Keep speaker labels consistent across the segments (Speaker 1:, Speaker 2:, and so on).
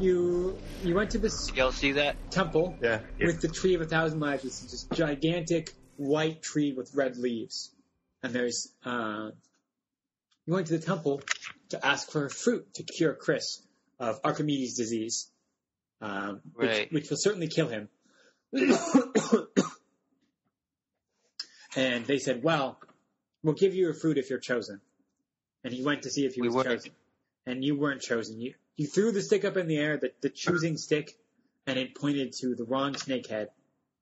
Speaker 1: you you went to this
Speaker 2: Did y'all see that?
Speaker 1: temple
Speaker 3: Yeah.
Speaker 1: with the tree of a thousand lives. It's this gigantic white tree with red leaves, and there's uh, you went to the temple to ask for fruit to cure Chris of Archimedes' disease, um,
Speaker 2: Right.
Speaker 1: which, which will certainly kill him. and they said, "Well, we'll give you a fruit if you're chosen." And he went to see if he
Speaker 2: We
Speaker 1: was
Speaker 2: weren't.
Speaker 1: chosen, and you weren't chosen. You you threw the stick up in the air, the, the choosing stick, and it pointed to the wrong snake head.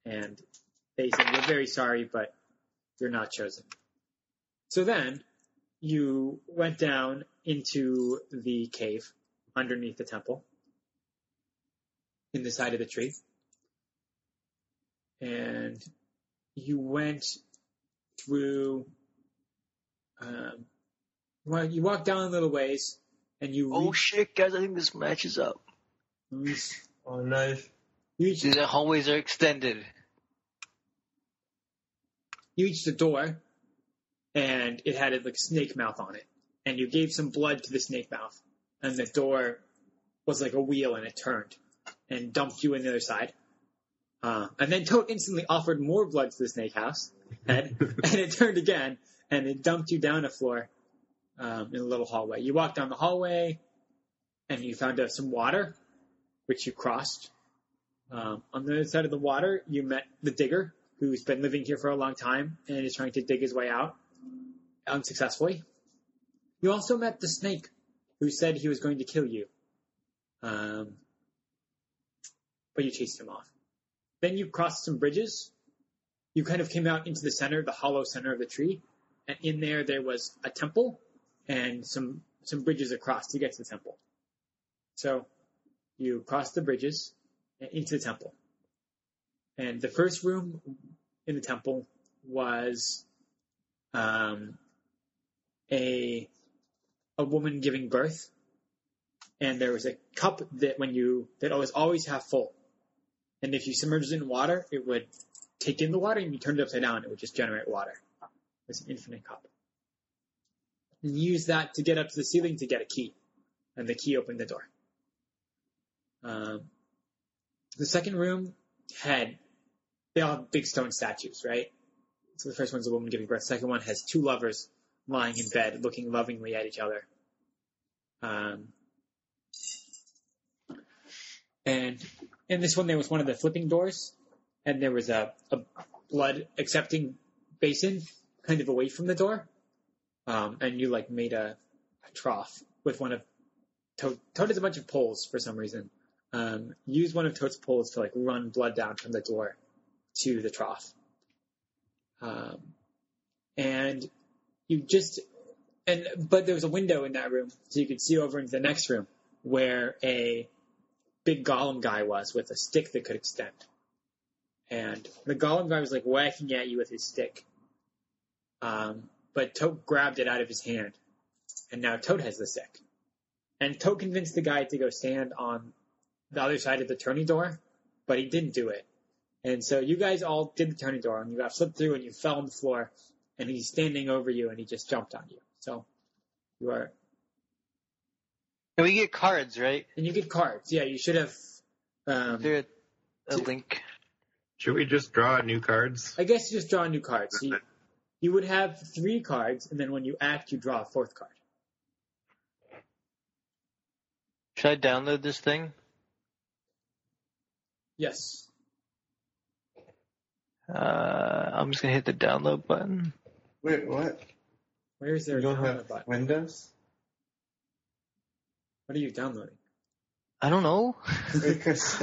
Speaker 1: And they said, "We're very sorry, but you're not chosen." So then you went down into the cave underneath the temple in the side of the tree. And you went through, um, well, you walked down a little ways and you
Speaker 2: Oh
Speaker 1: reached,
Speaker 2: shit, guys! I think this matches up.
Speaker 1: reached,
Speaker 3: Oh no.
Speaker 1: reached,
Speaker 2: The hallways are extended.
Speaker 1: you reached the door and it had a like, snake mouth on it. And you gave some blood to the snake mouth. And the door was like a wheel and it turned and dumped you in the other side. Uh, and then Toad instantly offered more blood to the snake house head and it turned again and it dumped you down a floor um, in a little hallway. You walked down the hallway and you found uh, some water, which you crossed. Um, on the other side of the water, you met the digger who's been living here for a long time and is trying to dig his way out unsuccessfully. You also met the snake who said he was going to kill you. Um, but you chased him off. Then you crossed some bridges. You kind of came out into the center, the hollow center of the tree, and in there there was a temple and some some bridges across to get to the temple. So you crossed the bridges and into the temple. And the first room in the temple was um, a a woman giving birth, and there was a cup that when you that was always half full, and if you submerged it in water, it would take in the water, and you turned it upside down, it would just generate water. It's an infinite cup. And you use that to get up to the ceiling to get a key, and the key opened the door. Um, the second room had they all have big stone statues, right? So the first one's a woman giving birth. second one has two lovers lying in bed, looking lovingly at each other. Um, and in this one, there was one of the flipping doors, and there was a, a blood accepting basin kind of away from the door. Um, and you like made a, a trough with one of Toad. Toad has a bunch of poles for some reason. Um, use one of Toad's poles to like run blood down from the door to the trough um, and you just and but there was a window in that room so you could see over into the next room where a big golem guy was with a stick that could extend and the golem guy was like whacking at you with his stick um, but toad grabbed it out of his hand and now toad has the stick and toad convinced the guy to go stand on the other side of the tourney door but he didn't do it and so you guys all did the turning door and you got flipped through and you fell on the floor and he's standing over you and he just jumped on you. So you are,
Speaker 2: And we get cards, right?
Speaker 1: and you get cards. Yeah, you should have,
Speaker 2: Is
Speaker 1: um,
Speaker 2: there a, a link?
Speaker 3: Should we just draw new cards?
Speaker 1: I guess you just draw new cards. So you, you would have three cards and then when you act, you draw a fourth card.
Speaker 2: Should I download this thing?
Speaker 1: Yes.
Speaker 2: Uh, I'm just gonna hit the download button.
Speaker 3: Wait, what?
Speaker 1: Where is there
Speaker 3: You
Speaker 1: a
Speaker 3: don't
Speaker 1: download
Speaker 3: have
Speaker 1: button?
Speaker 3: Windows?
Speaker 1: What are you downloading?
Speaker 2: I don't know.
Speaker 3: Because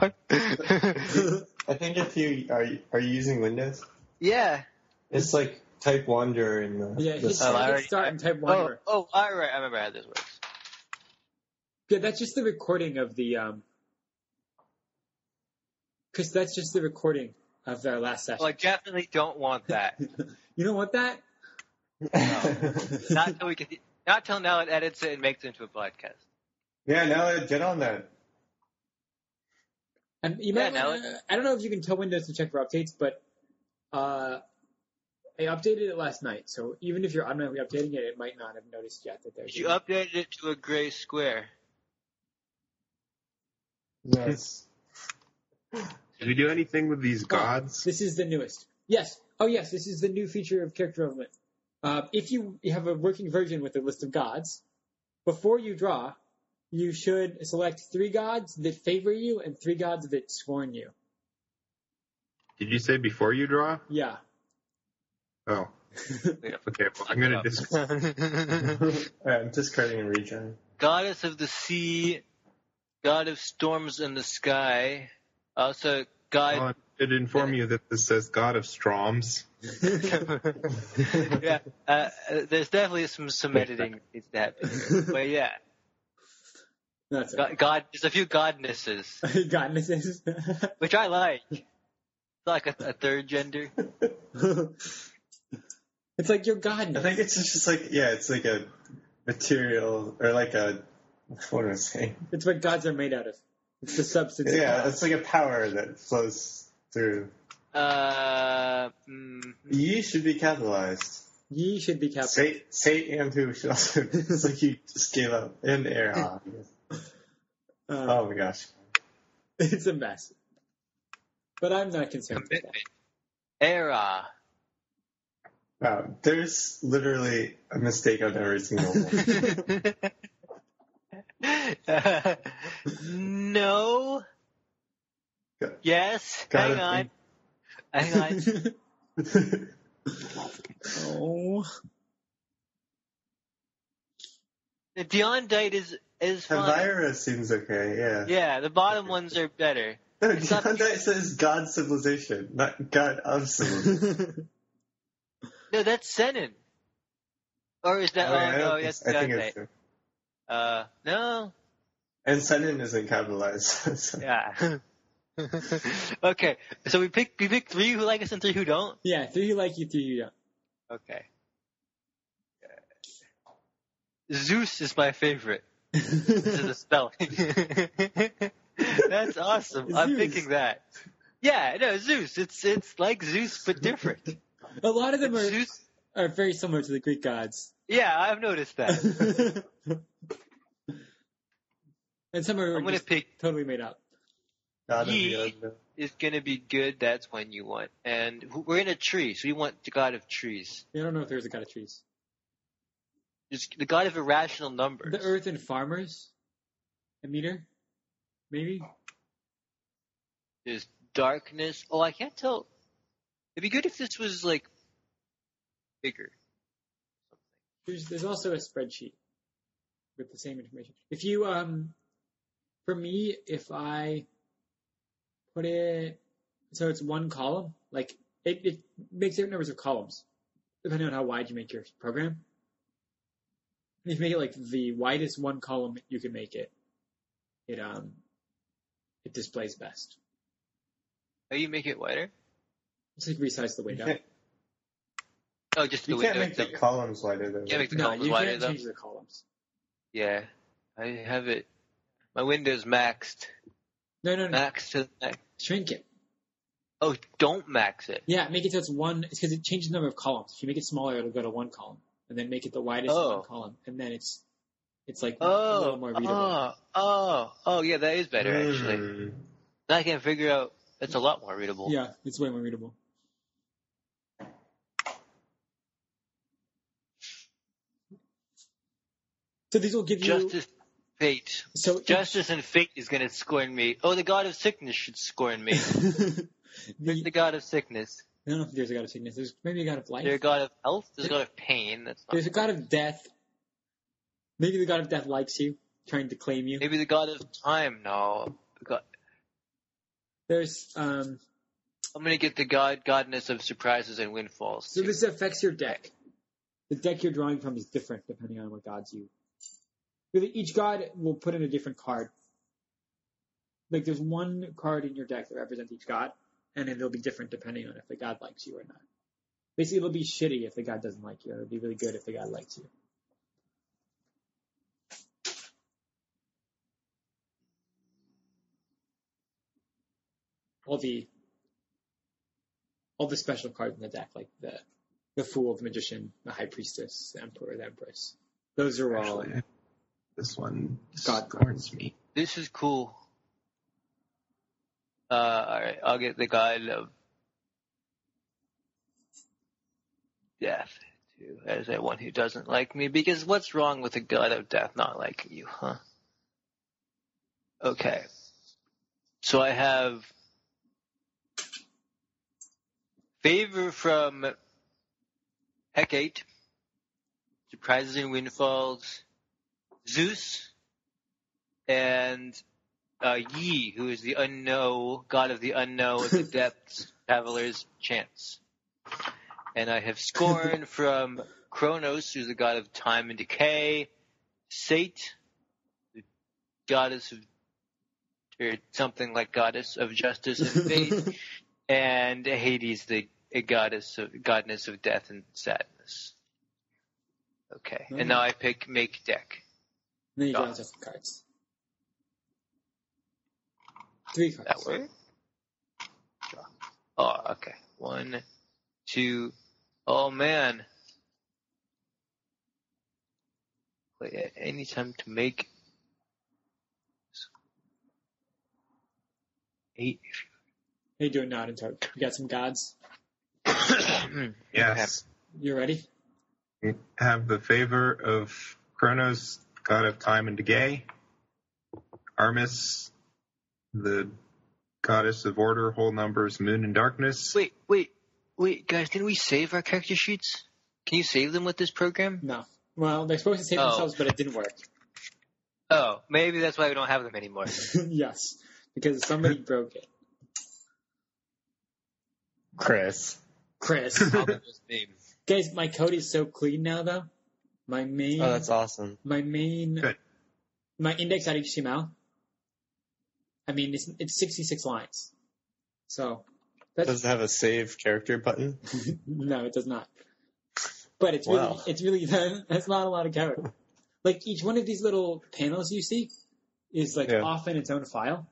Speaker 2: What?
Speaker 3: I think if you are you- are you using Windows,
Speaker 2: yeah.
Speaker 3: it's like type Wanderer in the.
Speaker 1: Yeah,
Speaker 3: the
Speaker 1: hit,
Speaker 2: Oh, I
Speaker 1: hit
Speaker 2: already-
Speaker 1: start and type one.
Speaker 2: Oh,
Speaker 1: more.
Speaker 2: oh, all right. I remember how this works.
Speaker 1: Yeah, that's just the recording of the, um, Chris, that's just the recording of our last session.
Speaker 2: Oh, I definitely don't want that.
Speaker 1: you don't want that?
Speaker 2: not till we can. Not till now it edits it and makes it into a podcast.
Speaker 3: yeah, now I get on that.
Speaker 1: And um, you
Speaker 2: Yeah,
Speaker 1: might,
Speaker 2: no,
Speaker 1: wanna- I don't know if you can tell Windows to check for updates, but uh, I updated it last night. So even if you're automatically updating it, it might not have noticed yet that there's.
Speaker 2: You updated it to a gray square.
Speaker 3: Yes.
Speaker 4: Did we do anything with these gods?
Speaker 1: This is the newest. Yes. Oh, yes. This is the new feature of character development. Uh, if you you have a working version with a list of gods, before you draw, you should select three gods that favor you and three gods that scorn you.
Speaker 4: Did you say before you draw?
Speaker 1: Yeah.
Speaker 4: Oh. Okay, well, I'm going to dis-
Speaker 3: Alright, I'm Uh, discarding a regen.
Speaker 2: Goddess of the sea, god of storms in the sky, also
Speaker 4: well, I
Speaker 2: god.
Speaker 4: should inform you that this says God of Stroms.
Speaker 3: Oh,
Speaker 2: yeah, uh, uh, there's definitely some some editing that needs to happen. here. But yeah,
Speaker 1: That's it.
Speaker 2: god, god, there's a few godnesses,
Speaker 1: Godnesses.
Speaker 2: which I like. It's like a, a third gender.
Speaker 1: it's like your
Speaker 3: I
Speaker 1: godness.
Speaker 3: think it's just like yeah, it's like a material or like a what am I saying?
Speaker 1: It's what gods are made out of. It's the substance. of
Speaker 3: Yeah,
Speaker 1: God.
Speaker 3: it's like a power that flows through.
Speaker 2: Uh, mm,
Speaker 3: Ye should be capitalized.
Speaker 1: Ye should be capitalized.
Speaker 3: Say, say and who should also. It's like you just gave up and air on.
Speaker 1: Uh,
Speaker 3: Oh my gosh.
Speaker 1: It's a mess. But I'm not concerned with
Speaker 2: commitment. Era.
Speaker 3: Wow, there's literally a mistake on every single one.
Speaker 2: no.
Speaker 3: Got-
Speaker 2: Yes. Hang
Speaker 3: got it.
Speaker 2: on. Hang on.
Speaker 1: that. oh.
Speaker 2: The Diondite is is fine.
Speaker 3: Elvira seems okay, yeah.
Speaker 2: Yeah, the bottom ones are better.
Speaker 3: No,
Speaker 2: It's not-
Speaker 3: John Dyke says God civilization, not God of civilization.
Speaker 2: No, that's Senin. Or is that?
Speaker 3: Wait,
Speaker 2: oh
Speaker 3: I don't
Speaker 2: no,
Speaker 3: think-
Speaker 2: that's
Speaker 3: I think it's
Speaker 2: Diondite. Uh, no.
Speaker 3: And Senin isn't capitalized. so-
Speaker 2: Yeah. okay, so we pick we pick three who like us and three who don't.
Speaker 1: yeah, three you like you, three you don't.
Speaker 2: Okay. Zeus is my favorite. to the spelling. That's awesome. I'm
Speaker 1: Zeus.
Speaker 2: thinking that. Yeah, no, Zeus. It's it's like Zeus but different.
Speaker 1: A lot of them are,
Speaker 2: Zeus.
Speaker 1: are very similar to the Greek gods.
Speaker 2: Yeah, I've noticed that.
Speaker 1: and some are
Speaker 2: I'm gonna
Speaker 1: just
Speaker 2: pick
Speaker 1: totally made up.
Speaker 3: God
Speaker 2: Ye-
Speaker 3: of the
Speaker 2: is gonna be good. That's when you want. And wh- we're in a tree, so we want the god of trees.
Speaker 1: I don't know if there's a god of trees.
Speaker 2: It's the god of irrational numbers.
Speaker 1: The earth and farmers? A meter? Maybe?
Speaker 2: There's darkness. Oh, I can't tell. It'd be good if this was like bigger.
Speaker 1: There's, there's also a spreadsheet with the same information. If you, um, for me, if I put it, so it's one column, like it, it makes different numbers of columns depending on how wide you make your program. And if you make it like the widest one column you can make it, it, um, it displays best.
Speaker 2: Oh, you make it wider?
Speaker 1: It's like resize the window.
Speaker 3: can't-
Speaker 2: Oh, just the
Speaker 3: You can't
Speaker 2: window.
Speaker 3: make the
Speaker 2: itself.
Speaker 3: columns wider though.
Speaker 2: Can't make the
Speaker 1: No,
Speaker 2: columns
Speaker 1: you
Speaker 2: wider
Speaker 1: can't
Speaker 2: though.
Speaker 1: change the columns.
Speaker 2: Yeah, I have it. My window's maxed.
Speaker 1: No, no, no.
Speaker 2: Max to max.
Speaker 1: Shrink it.
Speaker 2: Oh, don't max it.
Speaker 1: Yeah, make it so it's one. It's because it changes the number of columns. If you make it smaller, it'll go to one column, and then make it the widest
Speaker 2: Oh.
Speaker 1: one column, and then it's it's like a little
Speaker 2: Oh,
Speaker 1: more readable.
Speaker 2: oh, oh, oh, yeah, that is better actually.
Speaker 3: Mm.
Speaker 2: Now I can figure out. That's a lot more readable.
Speaker 1: Yeah, it's way more readable. So these will give you.
Speaker 2: Justice, fate.
Speaker 1: so
Speaker 2: Justice and fate is gonna scorn me. Oh, the god of sickness should scorn me.
Speaker 1: the,
Speaker 2: the god of sickness.
Speaker 1: I don't know if there's a god of sickness. There's maybe a god of life.
Speaker 2: There's a god of health. There's a god of pain. That's not.
Speaker 1: There's a god of death. Maybe the god of death likes you, trying to claim you.
Speaker 2: Maybe the god of time. No, The god-
Speaker 1: There's um.
Speaker 2: I'm gonna get the god godness of surprises and windfalls.
Speaker 1: So
Speaker 2: too.
Speaker 1: this affects your deck. The deck you're drawing from is different depending on what gods you. Really, each god will put in a different card. Like there's one card in your deck that represents each god, and it'll be different depending on if the god likes you or not. Basically, it'll be shitty if the god doesn't like you, and it'll be really good if the god likes you. All the all the special cards in the deck, like the the fool, the magician, the high priestess, the emperor, the empress. Those are all
Speaker 4: Actually, this one
Speaker 1: God.
Speaker 4: scorns me.
Speaker 2: This is cool. Uh, alright, I'll get the god of death, too, as that one who doesn't like me, because what's wrong with the god of death not liking you, huh? Okay. So I have favor from Hecate, surprises and windfalls, Zeus, and uh, Yi, who is the unknown god of the unknown, the depths, travelers, chance. And I have scorn from Kronos, who's the god of time and decay, Sate, the goddess of or something like goddess of justice and fate, and Hades, the a goddess of godness of death and sadness. Okay, and now I pick make deck.
Speaker 1: Then you
Speaker 2: Got
Speaker 1: draw
Speaker 2: it.
Speaker 1: some cards. Three cards.
Speaker 2: That way. Oh, okay. One, two. Oh man. Play at any time to make eight.
Speaker 1: How you doing, Nod and Toad? You got some gods?
Speaker 2: Hmm,
Speaker 4: Yes.
Speaker 1: You ready?
Speaker 4: Have the favor of Kronos, god of time and decay. Armis, the goddess of order, whole numbers, moon and darkness.
Speaker 2: Wait, wait, wait, guys! Didn't we save our character sheets? Can you save them with this program?
Speaker 1: No. Well, they're supposed to save
Speaker 2: Oh.
Speaker 1: themselves, but it didn't work.
Speaker 2: Oh, maybe that's why we don't have them anymore.
Speaker 1: yes, because somebody broke it.
Speaker 3: Chris.
Speaker 1: Chris,
Speaker 2: Probably just me.
Speaker 1: guys, my code is so clean now, though. My main,
Speaker 3: Oh, that's awesome.
Speaker 1: my main,
Speaker 4: Good.
Speaker 1: my index.html. I mean, it's it's 66 lines, so that's
Speaker 3: Does it have a save character button?
Speaker 1: no, it does not. But it's really,
Speaker 3: Wow.
Speaker 1: it's really that's not a lot of code. Like each one of these little panels you see is like
Speaker 3: Yeah.
Speaker 1: off in its own file,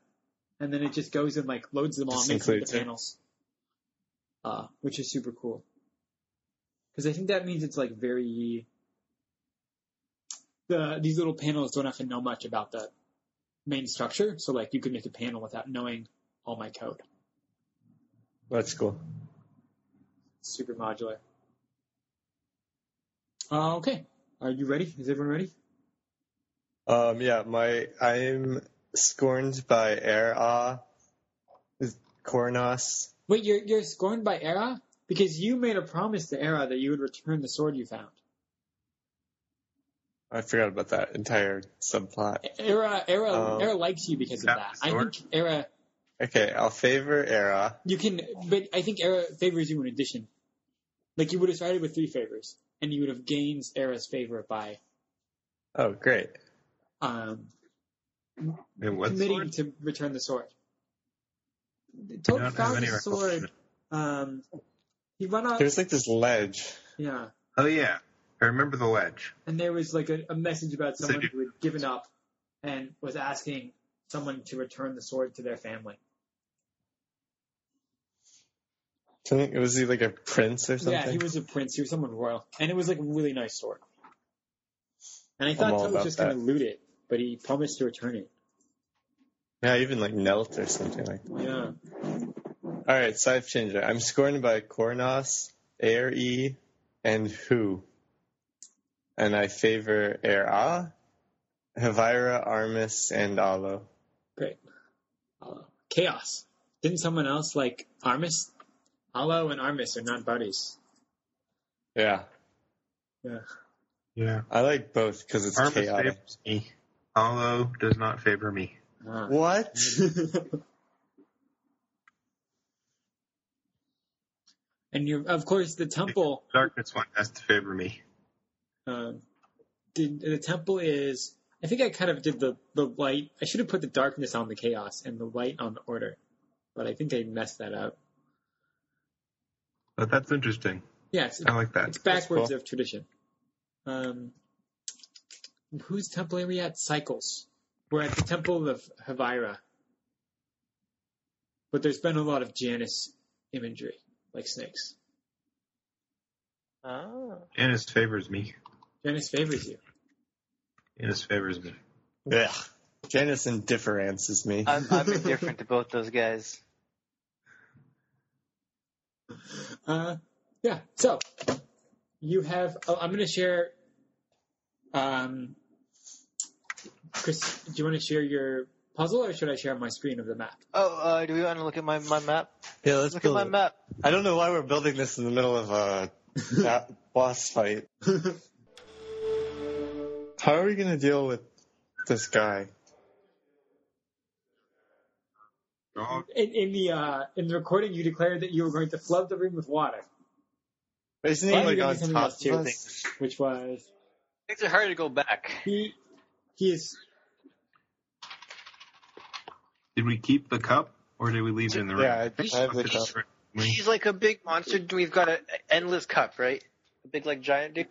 Speaker 1: and then it just goes and like loads them all,
Speaker 3: Just
Speaker 1: makes them into
Speaker 3: includes it.
Speaker 1: panels, uh, which is super cool. Because I think that means it's like very the these little panels don't have to know much about the main structure, so like you could make a panel without knowing all my code.
Speaker 3: That's cool.
Speaker 1: super modular. Uh, okay. Are you ready? Is everyone ready?
Speaker 3: Um, yeah, my I'm scorned by air ah, is Kornos.
Speaker 1: Wait, you're you're scorned by Era because you made a promise to Era that you would return the sword you found.
Speaker 3: I forgot about that entire subplot.
Speaker 1: Era Era
Speaker 3: Oh.
Speaker 1: Era likes you because of
Speaker 4: Got
Speaker 1: that.
Speaker 4: Um, the
Speaker 1: I
Speaker 4: sword?
Speaker 1: think Era
Speaker 3: Okay, I'll favor Era.
Speaker 1: you can, but I think Era favors you in addition. Like you would have started with three favors, and you would have gained Era's favor by
Speaker 3: Oh, great.
Speaker 1: um,
Speaker 4: And what
Speaker 1: committing to
Speaker 4: sword?
Speaker 1: return the sword. Toby
Speaker 4: have
Speaker 1: found
Speaker 4: any
Speaker 1: the
Speaker 4: recollection.
Speaker 1: sword. Um, he run out.
Speaker 3: There's like this ledge.
Speaker 1: Yeah.
Speaker 4: Oh yeah, I remember the ledge.
Speaker 1: and there was like a, a message about someone
Speaker 4: Message.
Speaker 1: who had given up and was asking someone to return the sword to their family.
Speaker 3: I think- Was he like a prince or something?
Speaker 1: Yeah, he was a prince. He was someone royal, and it was like a really nice sword. And I
Speaker 3: I'm
Speaker 1: thought
Speaker 3: all
Speaker 1: Toad was
Speaker 3: about
Speaker 1: just
Speaker 3: that.
Speaker 1: going to loot it, but he promised to return it.
Speaker 3: Yeah, even like knelt or something like.
Speaker 1: Yeah,
Speaker 3: All right, side changer. I'm scorned by Kornos, Air E, and Who, and I favor Air Ah, Havira, Armis, and Alo.
Speaker 1: great. Alo. Chaos. Didn't someone else like Armis? Alo and Armis are not buddies.
Speaker 3: Yeah,
Speaker 1: Yeah.
Speaker 4: Yeah.
Speaker 3: I like both because it's
Speaker 4: Armis
Speaker 3: chaotic.
Speaker 4: favors me. Hollow does not favor me.
Speaker 1: Ah.
Speaker 3: What?
Speaker 1: and you're, of course, the temple
Speaker 4: Darkness one has to favor me.
Speaker 1: um, did the temple is I think I kind of did the the light. I should have put the darkness on the chaos and the light on the order, but I think I messed that up.
Speaker 4: But that's interesting.
Speaker 1: Yeah, it's,
Speaker 4: I like that.
Speaker 1: it's backwards
Speaker 3: cool.
Speaker 1: of tradition. Um, whose temple are we at? Cycles. We're at the temple of Havira, but there's been a lot of Janus imagery, like snakes.
Speaker 2: Ah.
Speaker 4: Annis favors me.
Speaker 1: Janus favors you.
Speaker 4: Annis favors me.
Speaker 3: Yeah. Janice indifferences me.
Speaker 2: I'm, I'm indifferent to both those guys.
Speaker 1: Uh, yeah. So you have. oh, I'm going to share. Um, Chris, do you want to share your puzzle, or should I share my screen of the map?
Speaker 2: Oh, uh, do we want to look at my, my map?
Speaker 3: Yeah, let's
Speaker 2: Look at
Speaker 3: build
Speaker 2: my
Speaker 3: it.
Speaker 2: map.
Speaker 3: I don't know why we're building this in the middle of a ba- boss fight. How are we going to deal with this guy?
Speaker 4: Oh,
Speaker 1: In, in the uh, in the recording, you declared that you were going to flood the room with water,
Speaker 3: Isn't he
Speaker 1: Well,
Speaker 3: like
Speaker 1: you
Speaker 3: on
Speaker 1: can do
Speaker 3: top
Speaker 1: something
Speaker 3: of
Speaker 1: else,
Speaker 3: us?
Speaker 1: which was
Speaker 2: Things are hard to go back.
Speaker 1: he he is
Speaker 4: did we keep the cup or did we leave it in the room?
Speaker 3: Yeah, I, I have the cup.
Speaker 4: We
Speaker 2: She's like a big monster. We've got an endless cup, right? A big, like, giant dude.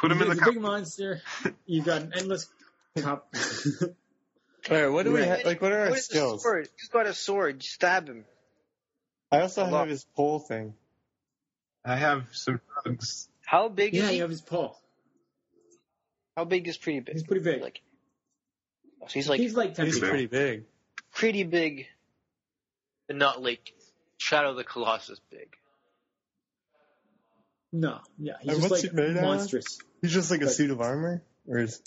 Speaker 4: Put him in
Speaker 1: he's
Speaker 4: the
Speaker 1: a
Speaker 4: cup.
Speaker 1: big monster. You've got an endless cup.
Speaker 3: All right, what do we
Speaker 1: Right.
Speaker 3: have? Like, what are our
Speaker 2: What is a
Speaker 3: skills?
Speaker 2: sword? He's got a sword. Stab him.
Speaker 3: I also
Speaker 2: Hold
Speaker 3: have
Speaker 2: on.
Speaker 3: his pole thing.
Speaker 4: I have some drugs.
Speaker 2: How big
Speaker 1: yeah,
Speaker 2: is he?
Speaker 1: you have his paw.
Speaker 2: How big is pretty big?
Speaker 1: He's pretty big.
Speaker 2: Like, so he's like
Speaker 1: he's like ten
Speaker 3: He's
Speaker 1: feet.
Speaker 3: pretty big.
Speaker 2: pretty big, but not like Shadow of the Colossus big.
Speaker 1: No, yeah, he's
Speaker 3: And
Speaker 1: just
Speaker 3: what's
Speaker 1: like
Speaker 3: he made out of?
Speaker 1: monstrous.
Speaker 3: He's just like a
Speaker 1: Like-
Speaker 3: suit of armor, or is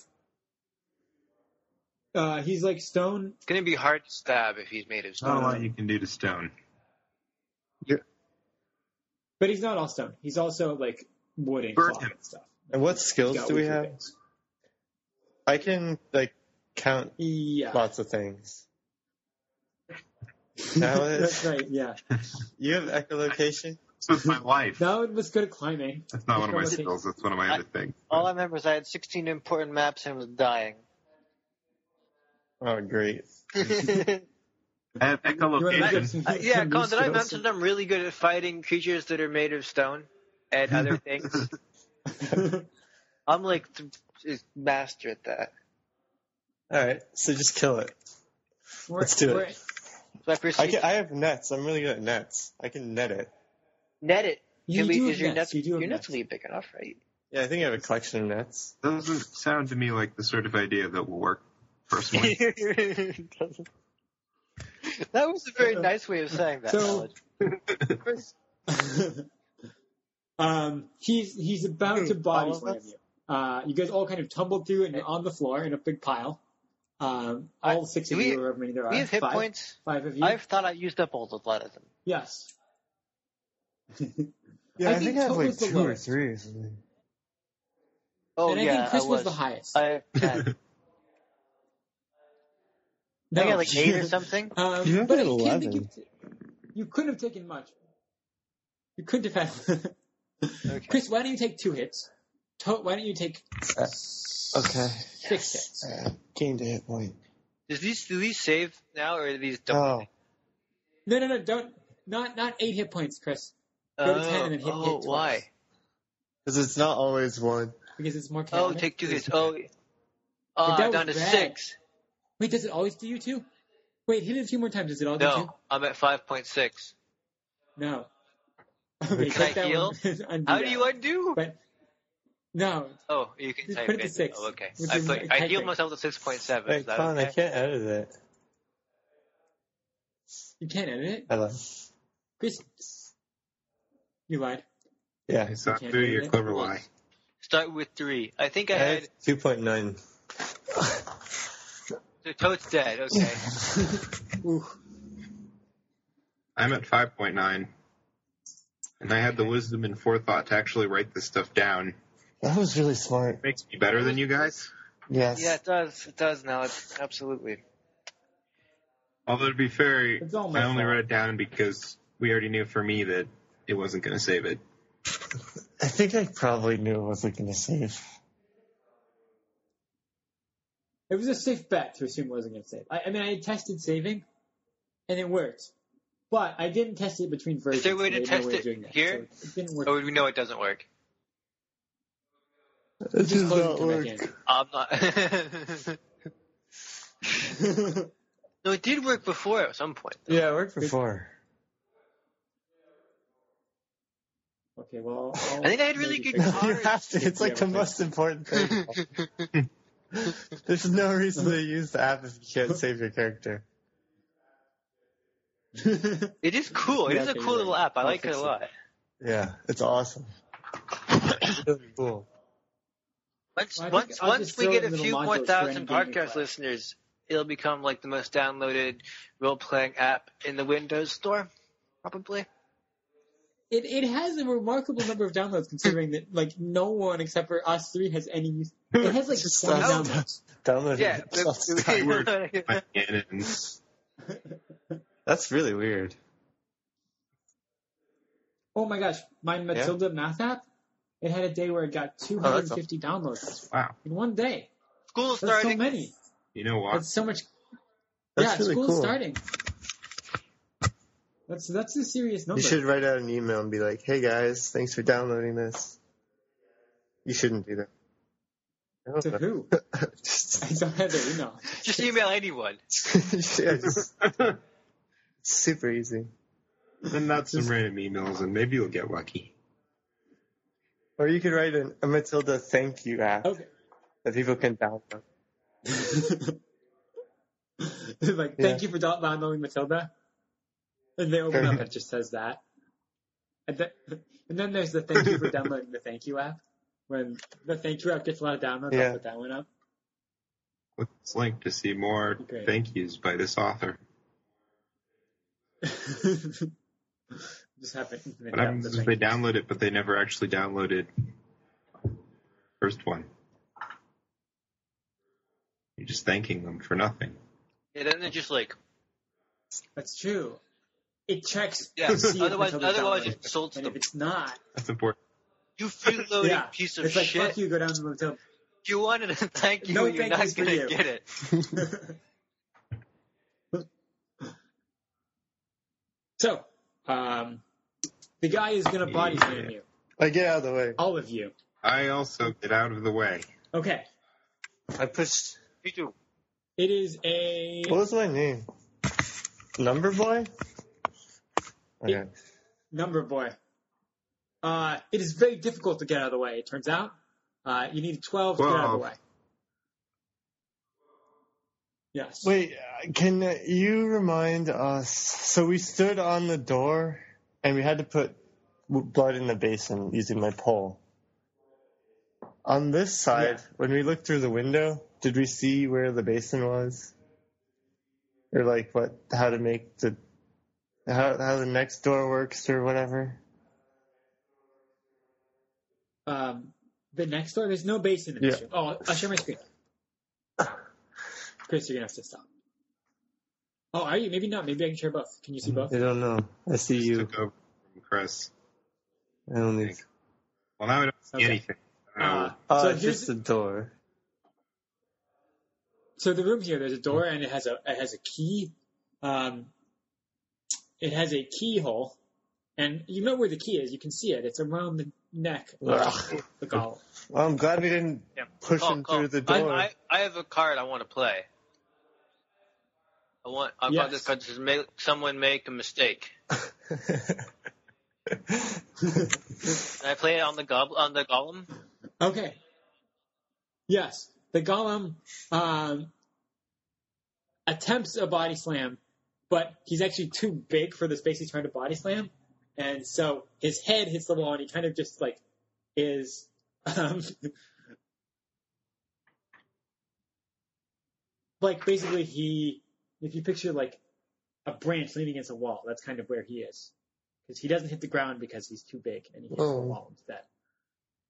Speaker 1: Uh, he's like stone.
Speaker 2: It's gonna be hard to stab if he's
Speaker 1: Oh,
Speaker 2: made of
Speaker 4: Not a
Speaker 2: stone.
Speaker 4: lot you can do to stone.
Speaker 1: But he's not all stone. He's also like wood and
Speaker 4: Burn
Speaker 1: cloth
Speaker 4: him.
Speaker 1: and stuff.
Speaker 3: and what skills
Speaker 1: He's got
Speaker 3: do we
Speaker 1: weaker
Speaker 3: have?
Speaker 1: things.
Speaker 3: I can like count
Speaker 1: Yeah.
Speaker 3: lots of things. Now it-
Speaker 1: That's right, yeah.
Speaker 3: You have echolocation.
Speaker 4: This was my life.
Speaker 1: Now it was good at climbing.
Speaker 4: That's not one of my
Speaker 1: Okay.
Speaker 4: skills. That's one of my
Speaker 2: I-
Speaker 4: other things.
Speaker 2: All I remember is I had 16 important maps and was dying.
Speaker 3: Oh, great!
Speaker 2: yeah,
Speaker 4: I have
Speaker 1: You wanna look up
Speaker 4: echolocation.
Speaker 1: some- some
Speaker 2: Uh, Colin,
Speaker 1: new
Speaker 2: did I
Speaker 1: skills?
Speaker 2: mention I'm really good at fighting creatures that are made of stone and other things? I'm like th- is master at that.
Speaker 3: All right, so just kill it.
Speaker 1: We're-
Speaker 3: Let's do
Speaker 1: we're-
Speaker 3: it.
Speaker 2: So I
Speaker 3: I
Speaker 2: proceed
Speaker 3: can,
Speaker 2: to
Speaker 3: I have nets. I'm really good at nets. I can net it.
Speaker 2: net it.
Speaker 1: You
Speaker 2: Can we-
Speaker 1: do
Speaker 2: is
Speaker 1: have
Speaker 2: your
Speaker 1: nets.
Speaker 2: nets,
Speaker 1: You do have
Speaker 2: your nets
Speaker 1: nets.
Speaker 2: will be big enough, right?
Speaker 3: Yeah, I think I have a collection of nets.
Speaker 4: Doesn't sound to me like the sort of idea that will work personally.
Speaker 2: that was a very nice way of saying that.
Speaker 1: So-
Speaker 2: Alan.
Speaker 1: um, he's he's about to body
Speaker 3: All of
Speaker 1: slam
Speaker 3: us?
Speaker 1: you. Uh, you guys all kind of tumbled through and you're on the floor in a big pile. Um, all
Speaker 2: I-
Speaker 1: six
Speaker 2: do
Speaker 1: of
Speaker 2: we-
Speaker 1: you, or however many there are.
Speaker 2: we have hit
Speaker 1: five,
Speaker 2: points.
Speaker 1: Five of you.
Speaker 2: I thought I used up all the athleticism.
Speaker 1: Yes.
Speaker 3: Yeah,
Speaker 1: I think Toad was the lowest.
Speaker 3: three. Or something.
Speaker 2: Oh
Speaker 1: and I
Speaker 2: yeah,
Speaker 1: think Chris
Speaker 2: I
Speaker 1: was.
Speaker 2: was
Speaker 1: the highest.
Speaker 2: I, have ten. I got like eight or something.
Speaker 1: Um,
Speaker 3: You have
Speaker 1: but
Speaker 3: an
Speaker 1: I can't think
Speaker 3: 11.
Speaker 1: you, you couldn't have taken much. You couldn't have had.
Speaker 2: Okay.
Speaker 1: Chris, why don't you take two hits? To- why don't you take
Speaker 3: Uh, Okay.
Speaker 1: six hits?
Speaker 3: Uh, gained a hit point.
Speaker 2: Does these do these save now or are these double?
Speaker 3: Oh,
Speaker 1: No, no, no, don't. Not not eight hit points, Chris, go to 10 and then hit-
Speaker 2: oh,
Speaker 1: hit twice.
Speaker 2: why?
Speaker 3: because it's not always one.
Speaker 1: because it's more chaotic.
Speaker 2: Oh, take two hits. Oh, uh,
Speaker 1: that was
Speaker 2: down to
Speaker 1: bad.
Speaker 2: six.
Speaker 1: Wait, does it always do you two? Wait, hit it a few more times. Does it all do
Speaker 2: No,
Speaker 1: two?
Speaker 2: I'm at five point six.
Speaker 1: No. Okay,
Speaker 3: Can
Speaker 1: take
Speaker 2: I
Speaker 1: that
Speaker 2: heal?
Speaker 1: one and
Speaker 2: How
Speaker 1: that
Speaker 2: do you
Speaker 1: one.
Speaker 2: undo?
Speaker 1: But no,
Speaker 2: Oh, you can
Speaker 1: Just
Speaker 2: type
Speaker 1: put it
Speaker 2: in.
Speaker 1: to six.
Speaker 2: Oh, okay.
Speaker 1: With
Speaker 2: I,
Speaker 1: the
Speaker 2: put, I healed
Speaker 1: typing.
Speaker 2: myself to six point seven.
Speaker 3: Hey,
Speaker 2: Is that
Speaker 3: Con, I
Speaker 2: okay?
Speaker 3: can't edit it.
Speaker 1: you can't edit it.
Speaker 3: I lied.
Speaker 1: Chris, you lied.
Speaker 3: Yeah,
Speaker 4: I saw
Speaker 1: Can't
Speaker 4: through
Speaker 1: do
Speaker 4: your
Speaker 1: that.
Speaker 4: clever lie.
Speaker 2: Start with three. I think I
Speaker 3: I
Speaker 2: had.
Speaker 3: have two point nine.
Speaker 2: The toad's dead. Okay.
Speaker 1: Ooh.
Speaker 4: I'm at 5.9. And I had the wisdom and forethought to actually write this stuff down.
Speaker 3: That was really smart.
Speaker 4: Makes me better than you guys.
Speaker 3: Yes.
Speaker 2: Yeah, it does. It does now. It's absolutely.
Speaker 4: Although to be fair,
Speaker 1: It's all my
Speaker 4: I only
Speaker 1: fault.
Speaker 4: wrote it down because we already knew for me that it wasn't going to save it.
Speaker 3: I think I probably knew it wasn't going to save.
Speaker 1: It was a safe bet to assume it wasn't going to save. I, I mean, I had tested saving, and it worked. But I didn't test it between versions.
Speaker 2: there a way to
Speaker 1: so there's
Speaker 2: test
Speaker 1: way of
Speaker 2: it
Speaker 1: doing that.
Speaker 2: here?
Speaker 1: So it didn't work.
Speaker 2: Oh, we know it doesn't work.
Speaker 3: It
Speaker 1: Just close and come back
Speaker 2: I'm not.
Speaker 1: in.
Speaker 2: no, it did work before at some point. though.
Speaker 3: Yeah, it worked before.
Speaker 1: okay, well.
Speaker 2: I think I had really good
Speaker 3: No,
Speaker 1: cards.
Speaker 3: you have to. It's like the
Speaker 1: Yeah,
Speaker 3: most important thing. There's no reason to use the app if you can't save your character.
Speaker 2: It is cool. It is a
Speaker 1: Okay,
Speaker 2: cool
Speaker 1: right.
Speaker 2: little app. I
Speaker 1: I'll
Speaker 2: like it
Speaker 1: fix
Speaker 2: a
Speaker 1: it.
Speaker 2: lot.
Speaker 3: Yeah, it's awesome. Really cool.
Speaker 2: Once
Speaker 1: Well, I think
Speaker 2: once
Speaker 1: I'll
Speaker 2: once
Speaker 1: just
Speaker 2: we
Speaker 1: throw it
Speaker 2: get a
Speaker 1: in the
Speaker 2: few
Speaker 1: Lamontos
Speaker 2: more
Speaker 1: for
Speaker 2: thousand
Speaker 1: any gaming
Speaker 2: podcast
Speaker 1: class.
Speaker 2: listeners, it'll become like the most downloaded role playing app in the Windows Store, probably.
Speaker 1: It it has a remarkable number of downloads considering that like no one except for us three has any use. It has like
Speaker 3: Just
Speaker 1: 20
Speaker 2: us.
Speaker 1: downloads.
Speaker 3: Download it.
Speaker 2: Yeah,
Speaker 3: That's-
Speaker 4: Skyward.
Speaker 2: but-
Speaker 4: and
Speaker 3: That's really weird.
Speaker 1: Oh my gosh, my Matilda math app. It had a day where it got
Speaker 2: Oh,
Speaker 1: 250 downloads
Speaker 4: wow,
Speaker 1: in one day.
Speaker 2: school
Speaker 1: That's
Speaker 2: starting.
Speaker 1: so many.
Speaker 4: you know what?
Speaker 1: That's so much.
Speaker 3: That's
Speaker 1: yeah,
Speaker 3: really
Speaker 1: school's
Speaker 3: cool.
Speaker 1: starting. That's that's a serious number.
Speaker 3: You should write out an email and be like, "Hey guys, thanks for downloading this." You shouldn't do that. I don't
Speaker 1: to
Speaker 3: know.
Speaker 1: who?
Speaker 3: just,
Speaker 1: I don't have their email.
Speaker 2: Just email anyone.
Speaker 3: yeah, just super easy.
Speaker 4: Send out some random emails, and maybe you'll get lucky.
Speaker 3: Or you could write an, a Matilda thank you app
Speaker 1: Okay.
Speaker 3: that people can download.
Speaker 1: like,
Speaker 3: Yeah.
Speaker 1: thank you for dou- downloading Matilda. And they open up and it just says that. And, th- and then there's the thank you for downloading the thank you app. When the thank you app gets a lot of downloads,
Speaker 3: Yeah.
Speaker 1: I'll put that one up.
Speaker 4: Click this link to see more
Speaker 1: Great.
Speaker 4: thank yous by this author.
Speaker 1: just happen.
Speaker 4: What happens is they download it, but they never actually downloaded first one. You're just thanking them for nothing.
Speaker 2: And then they're just like,
Speaker 1: That's true. It checks.
Speaker 2: yeah.
Speaker 1: to see if
Speaker 2: otherwise,
Speaker 1: Matilda's
Speaker 2: otherwise
Speaker 1: downloaded.
Speaker 2: it insults
Speaker 1: And if
Speaker 2: them.
Speaker 1: it's not,
Speaker 4: That's important.
Speaker 2: You free loading
Speaker 1: yeah,
Speaker 2: piece of
Speaker 1: it's like
Speaker 2: shit.
Speaker 1: fuck you, go down to Matilda.
Speaker 2: You wanted a thank you,
Speaker 1: No
Speaker 2: you're
Speaker 1: thank
Speaker 2: not
Speaker 1: yous for
Speaker 2: gonna
Speaker 1: you.
Speaker 2: get it.
Speaker 1: so, um, the guy is going to body slam you,
Speaker 3: I get out of the way.
Speaker 1: all of you.
Speaker 4: I also get out of the way.
Speaker 1: Okay,
Speaker 3: I pushed.
Speaker 2: You do.
Speaker 1: it is a
Speaker 3: What was my name? Number boy. Okay.
Speaker 1: number boy. Uh, it is very difficult to get out of the way. It turns out, uh, you need a twelve to get out of
Speaker 4: Twelve.
Speaker 1: the way. Yes.
Speaker 3: Wait, uh, can you remind us? So we stood on the door, and we had to put w- blood in the basin using my pole. On this side,
Speaker 1: Yeah.
Speaker 3: when we looked through the window, did we see where the basin was, or like what, how to make the, how how the next door works or whatever?
Speaker 1: Um, the next door, there's no basin in this
Speaker 3: Yeah.
Speaker 1: room. Oh, I'll share my screen. Chris, you're gonna have to stop. Oh, are you? Maybe not. Maybe I can share both. Can you see both?
Speaker 3: I don't know. I see
Speaker 4: Just
Speaker 3: you.
Speaker 4: took over from Chris.
Speaker 3: I only.
Speaker 4: Well, now I don't see
Speaker 1: Okay.
Speaker 4: anything. I don't know.
Speaker 1: Uh,
Speaker 3: Uh,
Speaker 1: so here's
Speaker 3: just the door.
Speaker 1: so the room here. There's a door and it has a it has a key. Um, it has a keyhole, and you know where the key is. You can see it. It's around the neck of
Speaker 3: Ugh.
Speaker 1: the golem.
Speaker 3: Well, I'm glad we didn't
Speaker 2: Yeah.
Speaker 3: push
Speaker 2: Call,
Speaker 3: him
Speaker 2: call.
Speaker 3: through the door.
Speaker 2: I, I, I have a card I want to play. I want. I
Speaker 1: Yes.
Speaker 2: want this card. that says make, someone make a mistake. Can I play it on the gob on the golem?
Speaker 1: Okay. Yes, the golem um, attempts a body slam, but he's actually too big for the space he's trying to body slam, and so his head hits the wall, and he kind of just like is. Um, like basically he if you picture like a branch leaning against a wall that's kind of where he is because he doesn't hit the ground because he's too big and he hits the
Speaker 3: Oh.
Speaker 1: wall instead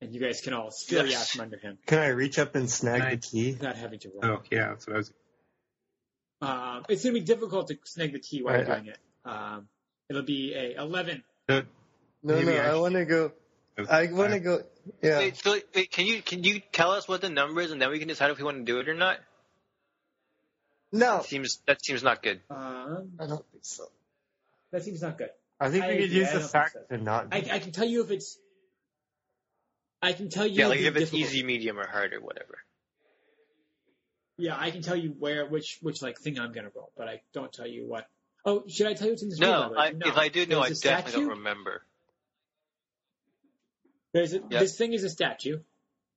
Speaker 1: and you guys can all scurry out
Speaker 2: Yes.
Speaker 1: from under him
Speaker 3: Can I reach up and snag the
Speaker 4: Nice.
Speaker 3: key?
Speaker 1: not having to roll.
Speaker 4: Oh, yeah, that's what I was.
Speaker 2: Oh.
Speaker 1: Um, it's going to be difficult to snag the key while you're
Speaker 3: Right, I-
Speaker 1: doing it. Um, it'll be a 11.
Speaker 4: No,
Speaker 3: No,
Speaker 4: Maybe
Speaker 3: no,
Speaker 4: I
Speaker 3: I, want to go. I want to go. Yeah,
Speaker 2: Wait, so, wait, can you can you tell us what the number is and then we can decide if we want to do it or not?
Speaker 3: no,
Speaker 2: Seems that seems not good.
Speaker 1: Um,
Speaker 3: I don't think so.
Speaker 1: that seems not good.
Speaker 3: I think
Speaker 1: I
Speaker 3: we could
Speaker 1: agree,
Speaker 3: use
Speaker 1: I
Speaker 3: the
Speaker 1: don't think
Speaker 3: fact
Speaker 1: so.
Speaker 3: to not.
Speaker 1: I, I can tell you if it's. I can tell you.
Speaker 2: Yeah, like if it's
Speaker 1: difficult.
Speaker 2: easy, medium, or hard or whatever.
Speaker 1: Yeah, I can tell you where which which like thing I'm going to roll, but I don't tell you what. Oh, should I tell you what's in this room? by
Speaker 2: No,
Speaker 1: the way?
Speaker 2: I, if I do know, I
Speaker 1: There's a
Speaker 2: definitely
Speaker 1: statue.
Speaker 2: don't remember.
Speaker 1: There's a,
Speaker 2: Yeah.
Speaker 1: This thing is a statue.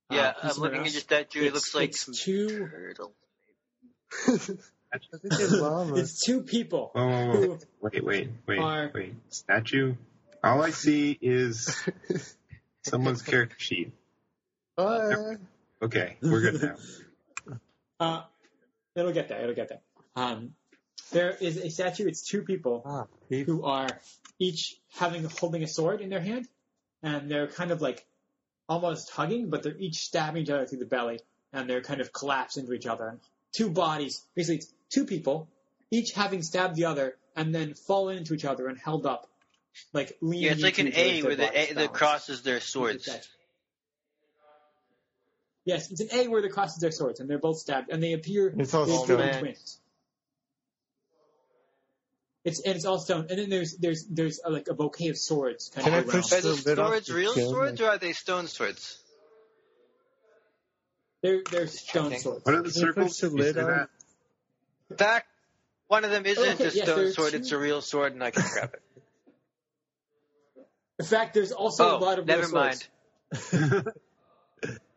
Speaker 2: Yeah,
Speaker 1: Uh,
Speaker 2: I'm
Speaker 1: piece of
Speaker 2: looking
Speaker 1: mouse.
Speaker 2: at your statue.
Speaker 1: It's-
Speaker 2: It looks like
Speaker 1: it's
Speaker 2: some
Speaker 1: two
Speaker 2: turtle.
Speaker 3: I think there's llamas.
Speaker 1: It's two people
Speaker 2: Oh.
Speaker 4: Whoa, whoa, whoa.
Speaker 1: who
Speaker 4: Wait, wait, wait,
Speaker 1: Are-
Speaker 4: wait. Statue? All I see is someone's character sheet.
Speaker 3: What?
Speaker 4: Okay, we're good now.
Speaker 1: Uh, it'll get there. It'll get there. Um, there is a statue. It's two people
Speaker 3: Ah, he-
Speaker 1: who are each having holding a sword in their hand, and they're kind of like almost hugging, but they're each stabbing each other through the belly, and they're kind of collapsed into each other. And two bodies, basically, it's two people, each having stabbed the other, and then fallen into each other and held up, like leaning.
Speaker 2: Yeah, it's like
Speaker 1: into
Speaker 2: an
Speaker 1: each other's dead
Speaker 2: A where the
Speaker 1: bodies,
Speaker 2: A, the
Speaker 1: balanced.
Speaker 2: crosses their swords.
Speaker 1: Exactly. Yes, it's an A where the crosses their swords, and they're both stabbed, and they appear
Speaker 3: It's all
Speaker 1: they
Speaker 3: stone.
Speaker 1: appear like
Speaker 2: Man.
Speaker 1: twins. It's and it's all stone, and then there's there's there's a, like a bouquet of swords kind
Speaker 3: Can I
Speaker 1: of around.
Speaker 3: push-
Speaker 5: Are
Speaker 3: Still
Speaker 5: the
Speaker 3: lit up
Speaker 5: swords
Speaker 3: with
Speaker 5: real
Speaker 3: stone,
Speaker 5: swords or are they stone swords?
Speaker 1: They're they're stone
Speaker 2: Checking.
Speaker 1: swords.
Speaker 4: What are the
Speaker 3: Can you
Speaker 4: circles?
Speaker 3: push the
Speaker 4: Did you
Speaker 3: lid
Speaker 4: say
Speaker 3: on?
Speaker 4: that?
Speaker 5: That
Speaker 2: One of them isn't
Speaker 1: Okay,
Speaker 2: a
Speaker 1: yes,
Speaker 2: stone
Speaker 1: there's
Speaker 2: sword;
Speaker 1: two-
Speaker 2: it's a real sword, and I can grab it.
Speaker 1: In fact, there's also a lot
Speaker 2: oh,
Speaker 1: of real
Speaker 2: never mind.
Speaker 1: swords.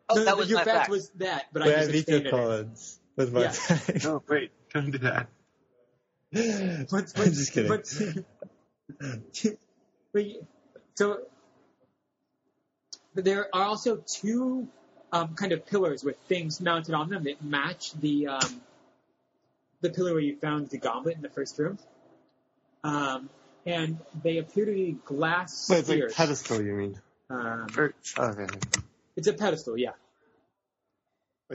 Speaker 2: Oh,
Speaker 1: No,
Speaker 2: that
Speaker 1: no,
Speaker 2: was
Speaker 1: your
Speaker 2: my
Speaker 1: fact
Speaker 2: back.
Speaker 1: was that, but
Speaker 3: Wait,
Speaker 1: I
Speaker 3: I
Speaker 1: just
Speaker 3: beat the
Speaker 1: expanded it.
Speaker 3: Collins with my
Speaker 1: Yeah.
Speaker 3: pack.
Speaker 4: Oh, wait, don't do that.
Speaker 1: But-
Speaker 3: I'm just kidding.
Speaker 1: But, but you- so but there are also two um, kind of pillars with things mounted on them that match the um, the pillar where you found the goblet in the first room, um, and they appear to be glass
Speaker 3: Wait, it's like
Speaker 1: spheres.
Speaker 3: pedestal, you mean?
Speaker 1: um,
Speaker 3: Or, okay.
Speaker 1: it's a pedestal, yeah.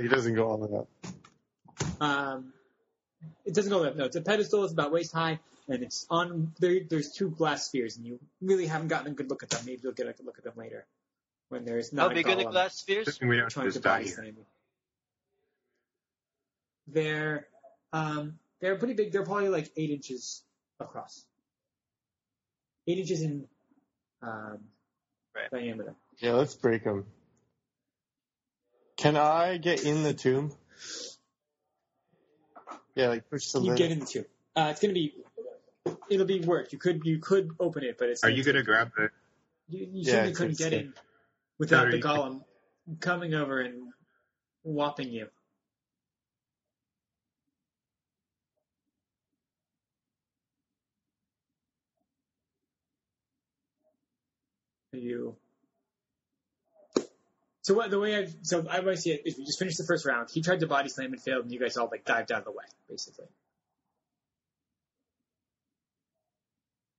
Speaker 3: He doesn't go all the way up.
Speaker 1: Um, it doesn't go up. No, it's a pedestal. It's about waist high, and it's on there. There's two glass spheres, and you really haven't gotten a good look at them. Maybe you'll get a good look at them later when there's not
Speaker 2: How
Speaker 1: a
Speaker 2: big are the
Speaker 1: golem
Speaker 2: glass spheres?
Speaker 4: Assuming we don't
Speaker 1: trying to
Speaker 4: just
Speaker 1: buy
Speaker 4: die here.
Speaker 1: something. They're um, they're pretty big. They're probably like eight inches across, eight inches in um,
Speaker 2: Right.
Speaker 1: diameter.
Speaker 3: Yeah, let's break him. Can I get in the tomb? Yeah, like push the
Speaker 1: You
Speaker 3: lid.
Speaker 1: get in the tube. Uh, it's gonna be. It'll be worked. You could you could open it, but it's.
Speaker 4: Are you going to grab the.
Speaker 1: You, you
Speaker 3: Yeah,
Speaker 1: certainly
Speaker 3: it's
Speaker 1: couldn't get
Speaker 3: insane.
Speaker 1: in without
Speaker 4: Or
Speaker 1: the
Speaker 4: you
Speaker 1: golem coming over and whopping you. Are you. So what the way I so I want to see it is we just finished the first round. He tried to body slam and failed, and you guys all like dived out of the way, basically.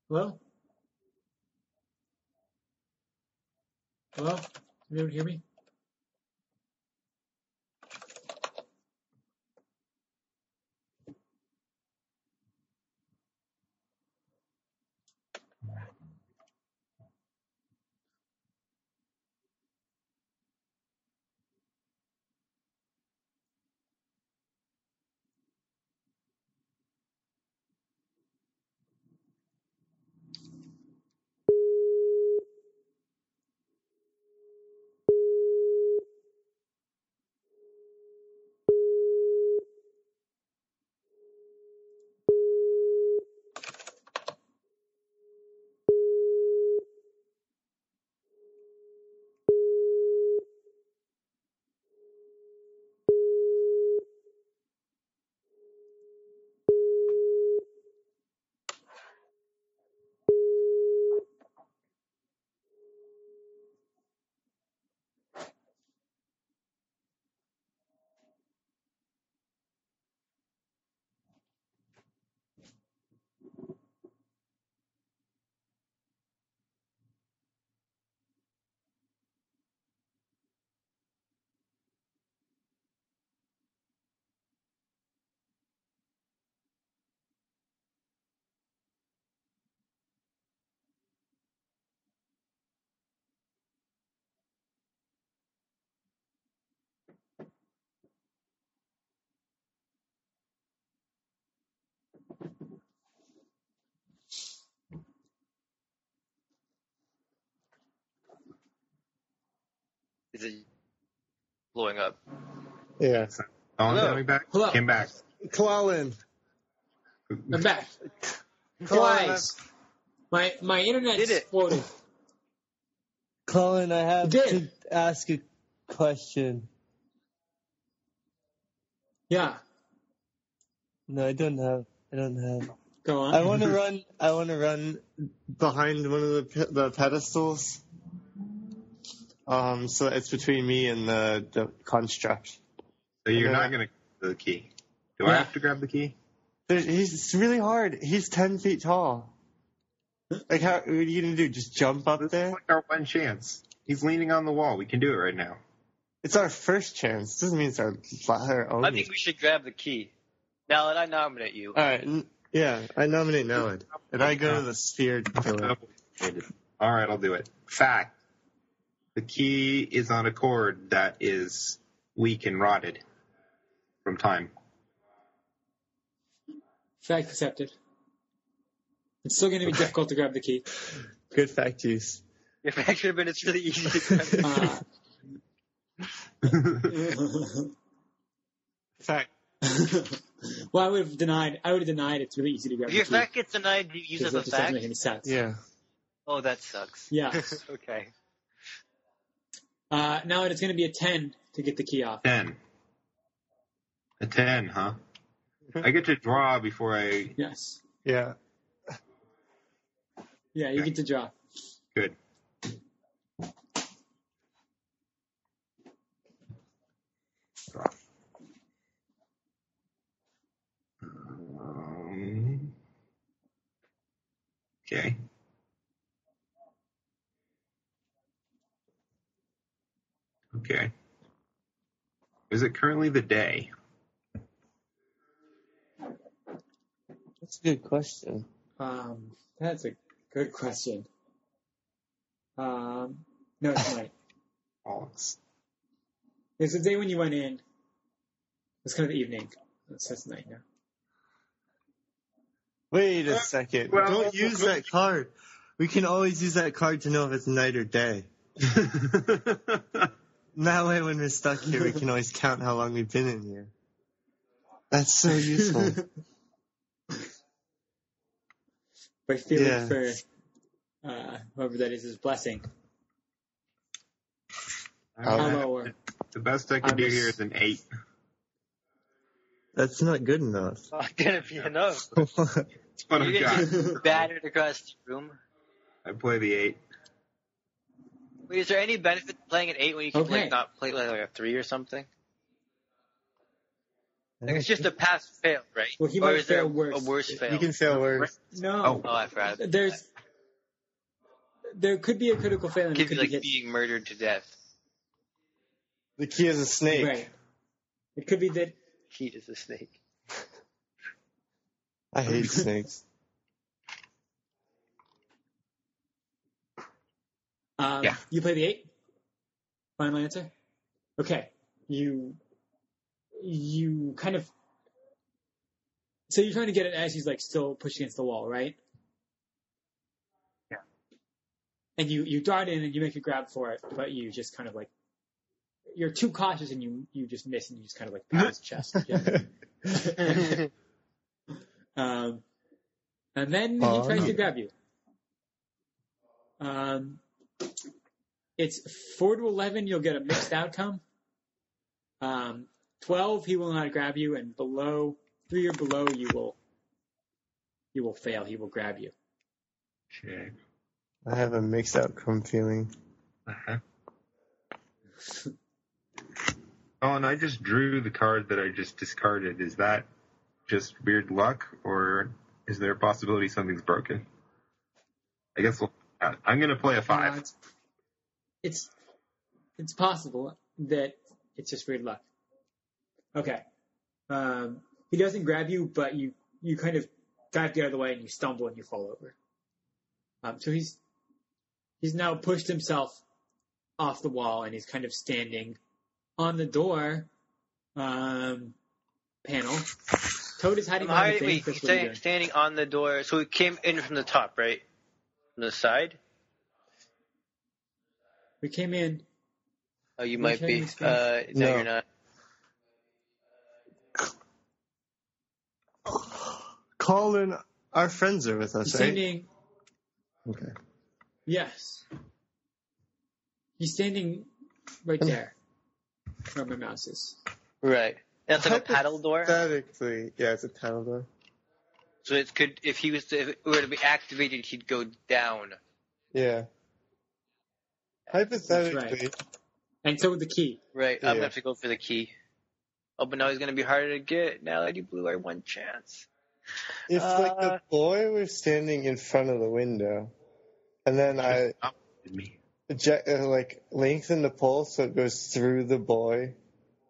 Speaker 1: Hello. Hello. Anyone hear me?
Speaker 2: Is it blowing up?
Speaker 3: Yeah.
Speaker 4: Colin
Speaker 2: Hello.
Speaker 4: coming back?
Speaker 1: Hello.
Speaker 4: Came back.
Speaker 3: Clawlin.
Speaker 1: I'm back.
Speaker 3: Clawlin.
Speaker 1: Guys, my my internet
Speaker 2: Did it.
Speaker 1: exploded.
Speaker 3: Colin, I have
Speaker 1: You did.
Speaker 3: to ask a question.
Speaker 1: Yeah.
Speaker 3: No, I don't have. I don't have.
Speaker 1: Go on.
Speaker 3: I want to run. I want to run behind one of the pe- the pedestals. Um, so it's between me and the, the construct.
Speaker 4: So you're
Speaker 3: Okay.
Speaker 4: not going to grab the key. Do I
Speaker 1: Yeah.
Speaker 4: have to grab the key?
Speaker 3: There, he's it's really hard. He's ten feet tall. Like, how? What are you gonna do? Just jump up there?
Speaker 4: It's like our one chance. He's leaning on the wall. We can do it right now.
Speaker 3: It's our first chance. Doesn't mean it's our, our
Speaker 1: Oh,
Speaker 3: only.
Speaker 5: I think we should grab the key. Nalad, I nominate you.
Speaker 3: All right. n- Yeah, I nominate Nellid. And I go to the sphere pillar.
Speaker 4: All right, I'll do it. Fact. The key is on a cord that is weak and rotted from time.
Speaker 1: Fact accepted. It's still going to be difficult to grab the key.
Speaker 3: Good fact use.
Speaker 5: If it should have been, it's really easy to grab the
Speaker 1: Uh,
Speaker 3: Fact.
Speaker 1: well, I would have denied. I would have denied. It's really easy to grab
Speaker 5: If your
Speaker 1: the key
Speaker 5: fact gets denied, you use as
Speaker 1: because
Speaker 5: a
Speaker 1: that just doesn't
Speaker 5: fact.
Speaker 1: make any sense.
Speaker 3: Yeah.
Speaker 5: Oh, that sucks.
Speaker 1: Yeah.
Speaker 5: okay.
Speaker 1: Uh, now it's going to be a ten to get the key off.
Speaker 4: Ten. A ten, huh? I get to draw before I
Speaker 1: Yes.
Speaker 3: Yeah.
Speaker 1: Yeah, you get to draw.
Speaker 4: Good. Um, okay. Okay. Is it currently the day?
Speaker 3: That's a good question.
Speaker 1: Um, that's a good question. Um, no, it's not.
Speaker 4: Oh, it's
Speaker 1: It's the day when you went in. It's kind of the evening. It's just night now.
Speaker 3: Wait a second.
Speaker 4: Well-
Speaker 3: Don't use that card. We can always use that card to know if it's night or day. And that way, when we're stuck here, we can always count how long we've been in here. That's so useful.
Speaker 1: By feeling
Speaker 3: Yeah.
Speaker 1: for uh, whoever that is is blessing.
Speaker 3: Oh,
Speaker 1: Hello, or
Speaker 4: the best I can
Speaker 1: I
Speaker 4: do
Speaker 1: was-
Speaker 4: here is an eight.
Speaker 3: That's not good enough.
Speaker 5: Not gonna be enough.
Speaker 4: That's what I've
Speaker 5: You're
Speaker 4: got.
Speaker 5: gonna get battered across the room.
Speaker 4: I play the eight.
Speaker 5: Wait, is there any benefit to playing an eight when you can
Speaker 1: Okay.
Speaker 5: like not play like a three or something? Like it's just a pass fail, right?
Speaker 1: Well, he
Speaker 5: or
Speaker 1: might
Speaker 5: is there
Speaker 1: fail
Speaker 5: a,
Speaker 1: worse.
Speaker 5: a worse fail?
Speaker 3: You can fail worse.
Speaker 1: no,
Speaker 5: Oh, I forgot.
Speaker 1: there's there could be a critical failure. and it
Speaker 5: Could
Speaker 1: could
Speaker 5: be like
Speaker 1: be hit
Speaker 5: being murdered to death.
Speaker 3: The key is a snake.
Speaker 1: right. It could be that
Speaker 5: He is a snake.
Speaker 3: I hate snakes.
Speaker 1: um,
Speaker 5: Yeah.
Speaker 1: you play the eight. Final answer. Okay, you you kind of so you're trying to get it as he's like still pushed against the wall, right?
Speaker 4: Yeah.
Speaker 1: And you you dart in and you make a grab for it, but you just kind of like you're too cautious and you you just miss and you just kind of like pat his chest. Yeah. um, and then
Speaker 3: Oh,
Speaker 1: he tries
Speaker 3: no.
Speaker 1: to grab you. Um, it's four to eleven. You'll get a mixed outcome. Um, 12 he will not grab you and below three or below you will you will fail he will grab you
Speaker 4: Check.
Speaker 3: I have a mixed outcome feeling.
Speaker 4: Uh-huh. oh, and I just drew the card that I just discarded. Is that just weird luck, or is there a possibility something's broken? I guess we'll. I'm gonna play a
Speaker 1: Uh,
Speaker 4: five.
Speaker 1: it's, it's it's possible that it's just weird luck okay um, he doesn't grab you but you you kind of dive the other way and you stumble and you fall over um, so he's he's now pushed himself off the wall and he's kind of standing on the door um, panel toad is
Speaker 5: I'm
Speaker 1: hiding behind the
Speaker 5: hiding,
Speaker 1: thing
Speaker 5: wait,
Speaker 1: Chris,
Speaker 5: he's
Speaker 1: what are you
Speaker 5: standing,
Speaker 1: doing?
Speaker 5: standing on the door, so he came in from the top, right? From the side?
Speaker 1: we came in
Speaker 5: Oh, you
Speaker 1: Which
Speaker 5: might be.
Speaker 1: one is
Speaker 5: Uh,
Speaker 3: this?
Speaker 5: no,
Speaker 3: No.
Speaker 5: you're not.
Speaker 3: Colin, our friends are with us, right?
Speaker 1: standing
Speaker 3: Okay.
Speaker 1: Yes. He's standing right there where my mouse is.
Speaker 5: Right.
Speaker 2: That's like a paddle door.
Speaker 3: Hypothetically, yeah, it's a paddle door.
Speaker 2: So it could, if he was to, if it were to be activated, he'd go down.
Speaker 3: Yeah. Hypothetically,
Speaker 1: And so would the key.
Speaker 2: Right. I'm
Speaker 3: Yeah.
Speaker 2: gonna have to go for the key. Oh, but now he's gonna be harder to get. Now Lady Blue, I one chance.
Speaker 3: if like
Speaker 2: Uh,
Speaker 3: the boy were standing in front of the window, and then I
Speaker 4: me.
Speaker 3: eject, uh, like lengthen the pole so it goes through the boy,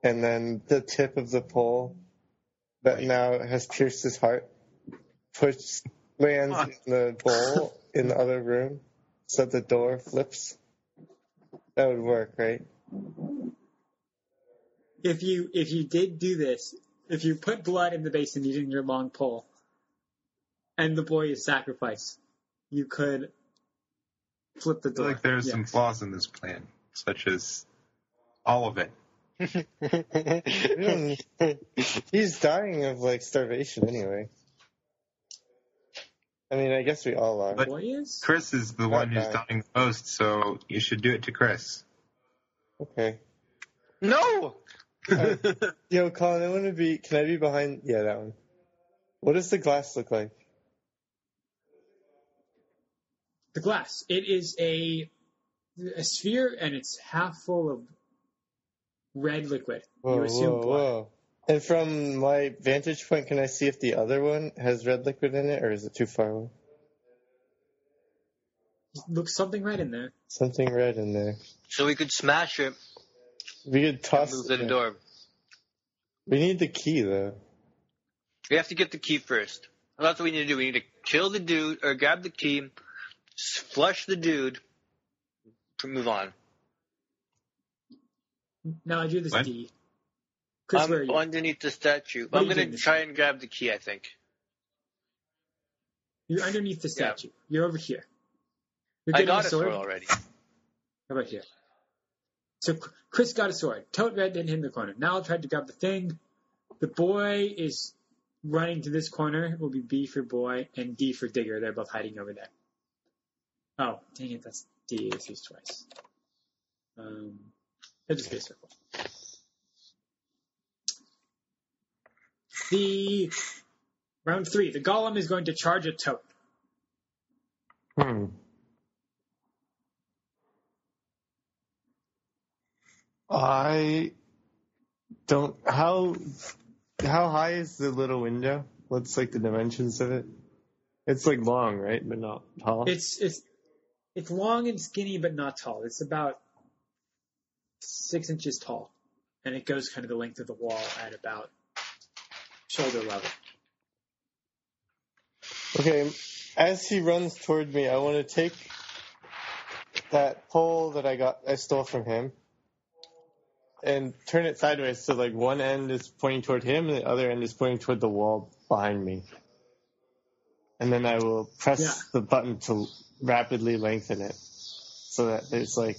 Speaker 3: and then the tip of the pole that now has pierced his heart push lands
Speaker 4: Fuck.
Speaker 3: in the bowl in the other room, so the door flips. That would work, right?
Speaker 1: If you if you did do this, if you put blood in the basin using your long pole, and the boy is sacrificed, you could flip the
Speaker 4: I feel
Speaker 1: door.
Speaker 4: like there's
Speaker 1: Yeah.
Speaker 4: some flaws in this plan, such as all of it.
Speaker 3: We don't- He's dying of like starvation anyway. I mean, I guess we all are.
Speaker 4: But-
Speaker 1: boy is.
Speaker 4: Chris is the one who's
Speaker 3: Okay.
Speaker 4: dying the most, so you should do it to Chris.
Speaker 3: Okay.
Speaker 2: no.
Speaker 3: Yo, Colin, I want to be. Can I be behind? Yeah, that one. What does the glass look like?
Speaker 1: The glass. It is a a sphere, and it's half full of red liquid.
Speaker 3: Whoa,
Speaker 1: you assume
Speaker 3: whoa,
Speaker 1: blood.
Speaker 3: whoa. And from my vantage point, can I see if the other one has red liquid in it, or is it too far away?
Speaker 1: Looks something red in there.
Speaker 3: Something red in there.
Speaker 2: So we could smash it
Speaker 3: We could
Speaker 2: and
Speaker 3: toss
Speaker 2: move
Speaker 3: it
Speaker 2: the
Speaker 3: in.
Speaker 2: door.
Speaker 3: We need the key though.
Speaker 2: We have to get the key first. And that's what we need to do. We need to kill the dude or grab the key, s- flush the dude, to move on.
Speaker 1: Now you're this
Speaker 4: What?
Speaker 1: D. Chris,
Speaker 2: I'm
Speaker 1: where are you?
Speaker 2: underneath the statue.
Speaker 1: What are
Speaker 2: I'm
Speaker 1: you
Speaker 2: gonna
Speaker 1: doing this
Speaker 2: try and grab the key. I think.
Speaker 1: You're underneath the
Speaker 2: Yeah.
Speaker 1: statue. You're over here. You're
Speaker 2: I
Speaker 1: getting
Speaker 2: got
Speaker 1: a
Speaker 2: a
Speaker 1: sword.
Speaker 2: sword already.
Speaker 1: How about here? So C- Chris got a sword. Toad Red didn't hit the corner. Now I'll try to grab the thing. The boy is running to this corner. It will be B for boy and D for digger. They're both hiding over there. Oh, dang it. That's D. It's used twice. Um, it just be a circle. The round three. The golem is going to charge a toad.
Speaker 3: Hmm. I don't. How how high is the little window? What's like the dimensions of it? It's like long, right? But not tall.
Speaker 1: It's it's it's long and skinny, but not tall. It's about six inches tall, and it goes kind of the length of the wall at about shoulder level.
Speaker 3: okay. As he runs toward me, I want to take that pole that I got, I stole from him, and turn it sideways so like one end is pointing toward him and the other end is pointing toward the wall behind me. And then I will press
Speaker 1: Yeah.
Speaker 3: the button to rapidly lengthen it so that there's like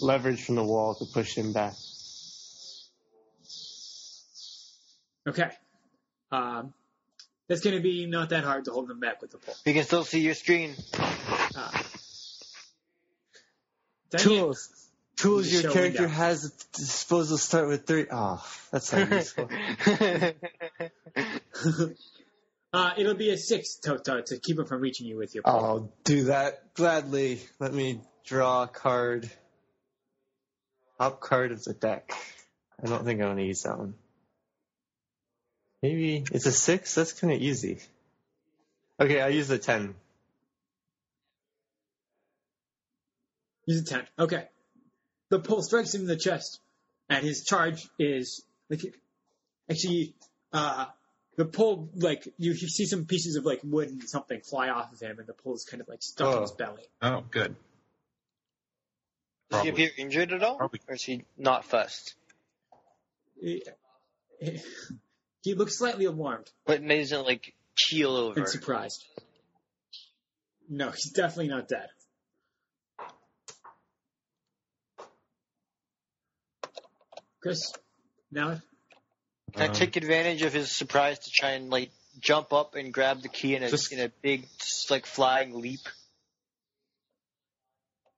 Speaker 3: leverage from the wall to push him back.
Speaker 1: Okay, um, that's going to be not that hard to hold them back with the pole.
Speaker 2: You can still see your screen.
Speaker 1: Uh, dang it.
Speaker 3: Tools. Tools
Speaker 1: Just
Speaker 3: your
Speaker 1: show
Speaker 3: character
Speaker 1: window.
Speaker 3: has at disposal start with three. Oh, that's not useful.
Speaker 1: uh, it'll be a six Toto to keep them from reaching you with your pole.
Speaker 3: I'll do that gladly. Let me draw a card. Top card of the deck. I don't think I want to use that one. Maybe it's a six. That's kind of easy. Okay, I use the ten.
Speaker 1: He's a 10. Okay. The pole strikes him in the chest, and his charge is like actually uh the pole like you, you see some pieces of like wood and something fly off of him and the pole is kind of like stuck in his
Speaker 3: Oh.
Speaker 1: belly.
Speaker 4: Oh, good.
Speaker 2: Does he
Speaker 4: Probably.
Speaker 2: appear injured at all,
Speaker 4: Probably.
Speaker 2: or is he not fussed?
Speaker 1: He, he looks slightly alarmed
Speaker 2: But he doesn't like keel over.
Speaker 1: and surprised. No, he's definitely not dead. Chris, now
Speaker 2: Can I
Speaker 4: Um,
Speaker 2: take advantage of his surprise to try and like jump up and grab the key in a
Speaker 4: Just-
Speaker 2: in a big like flying leap?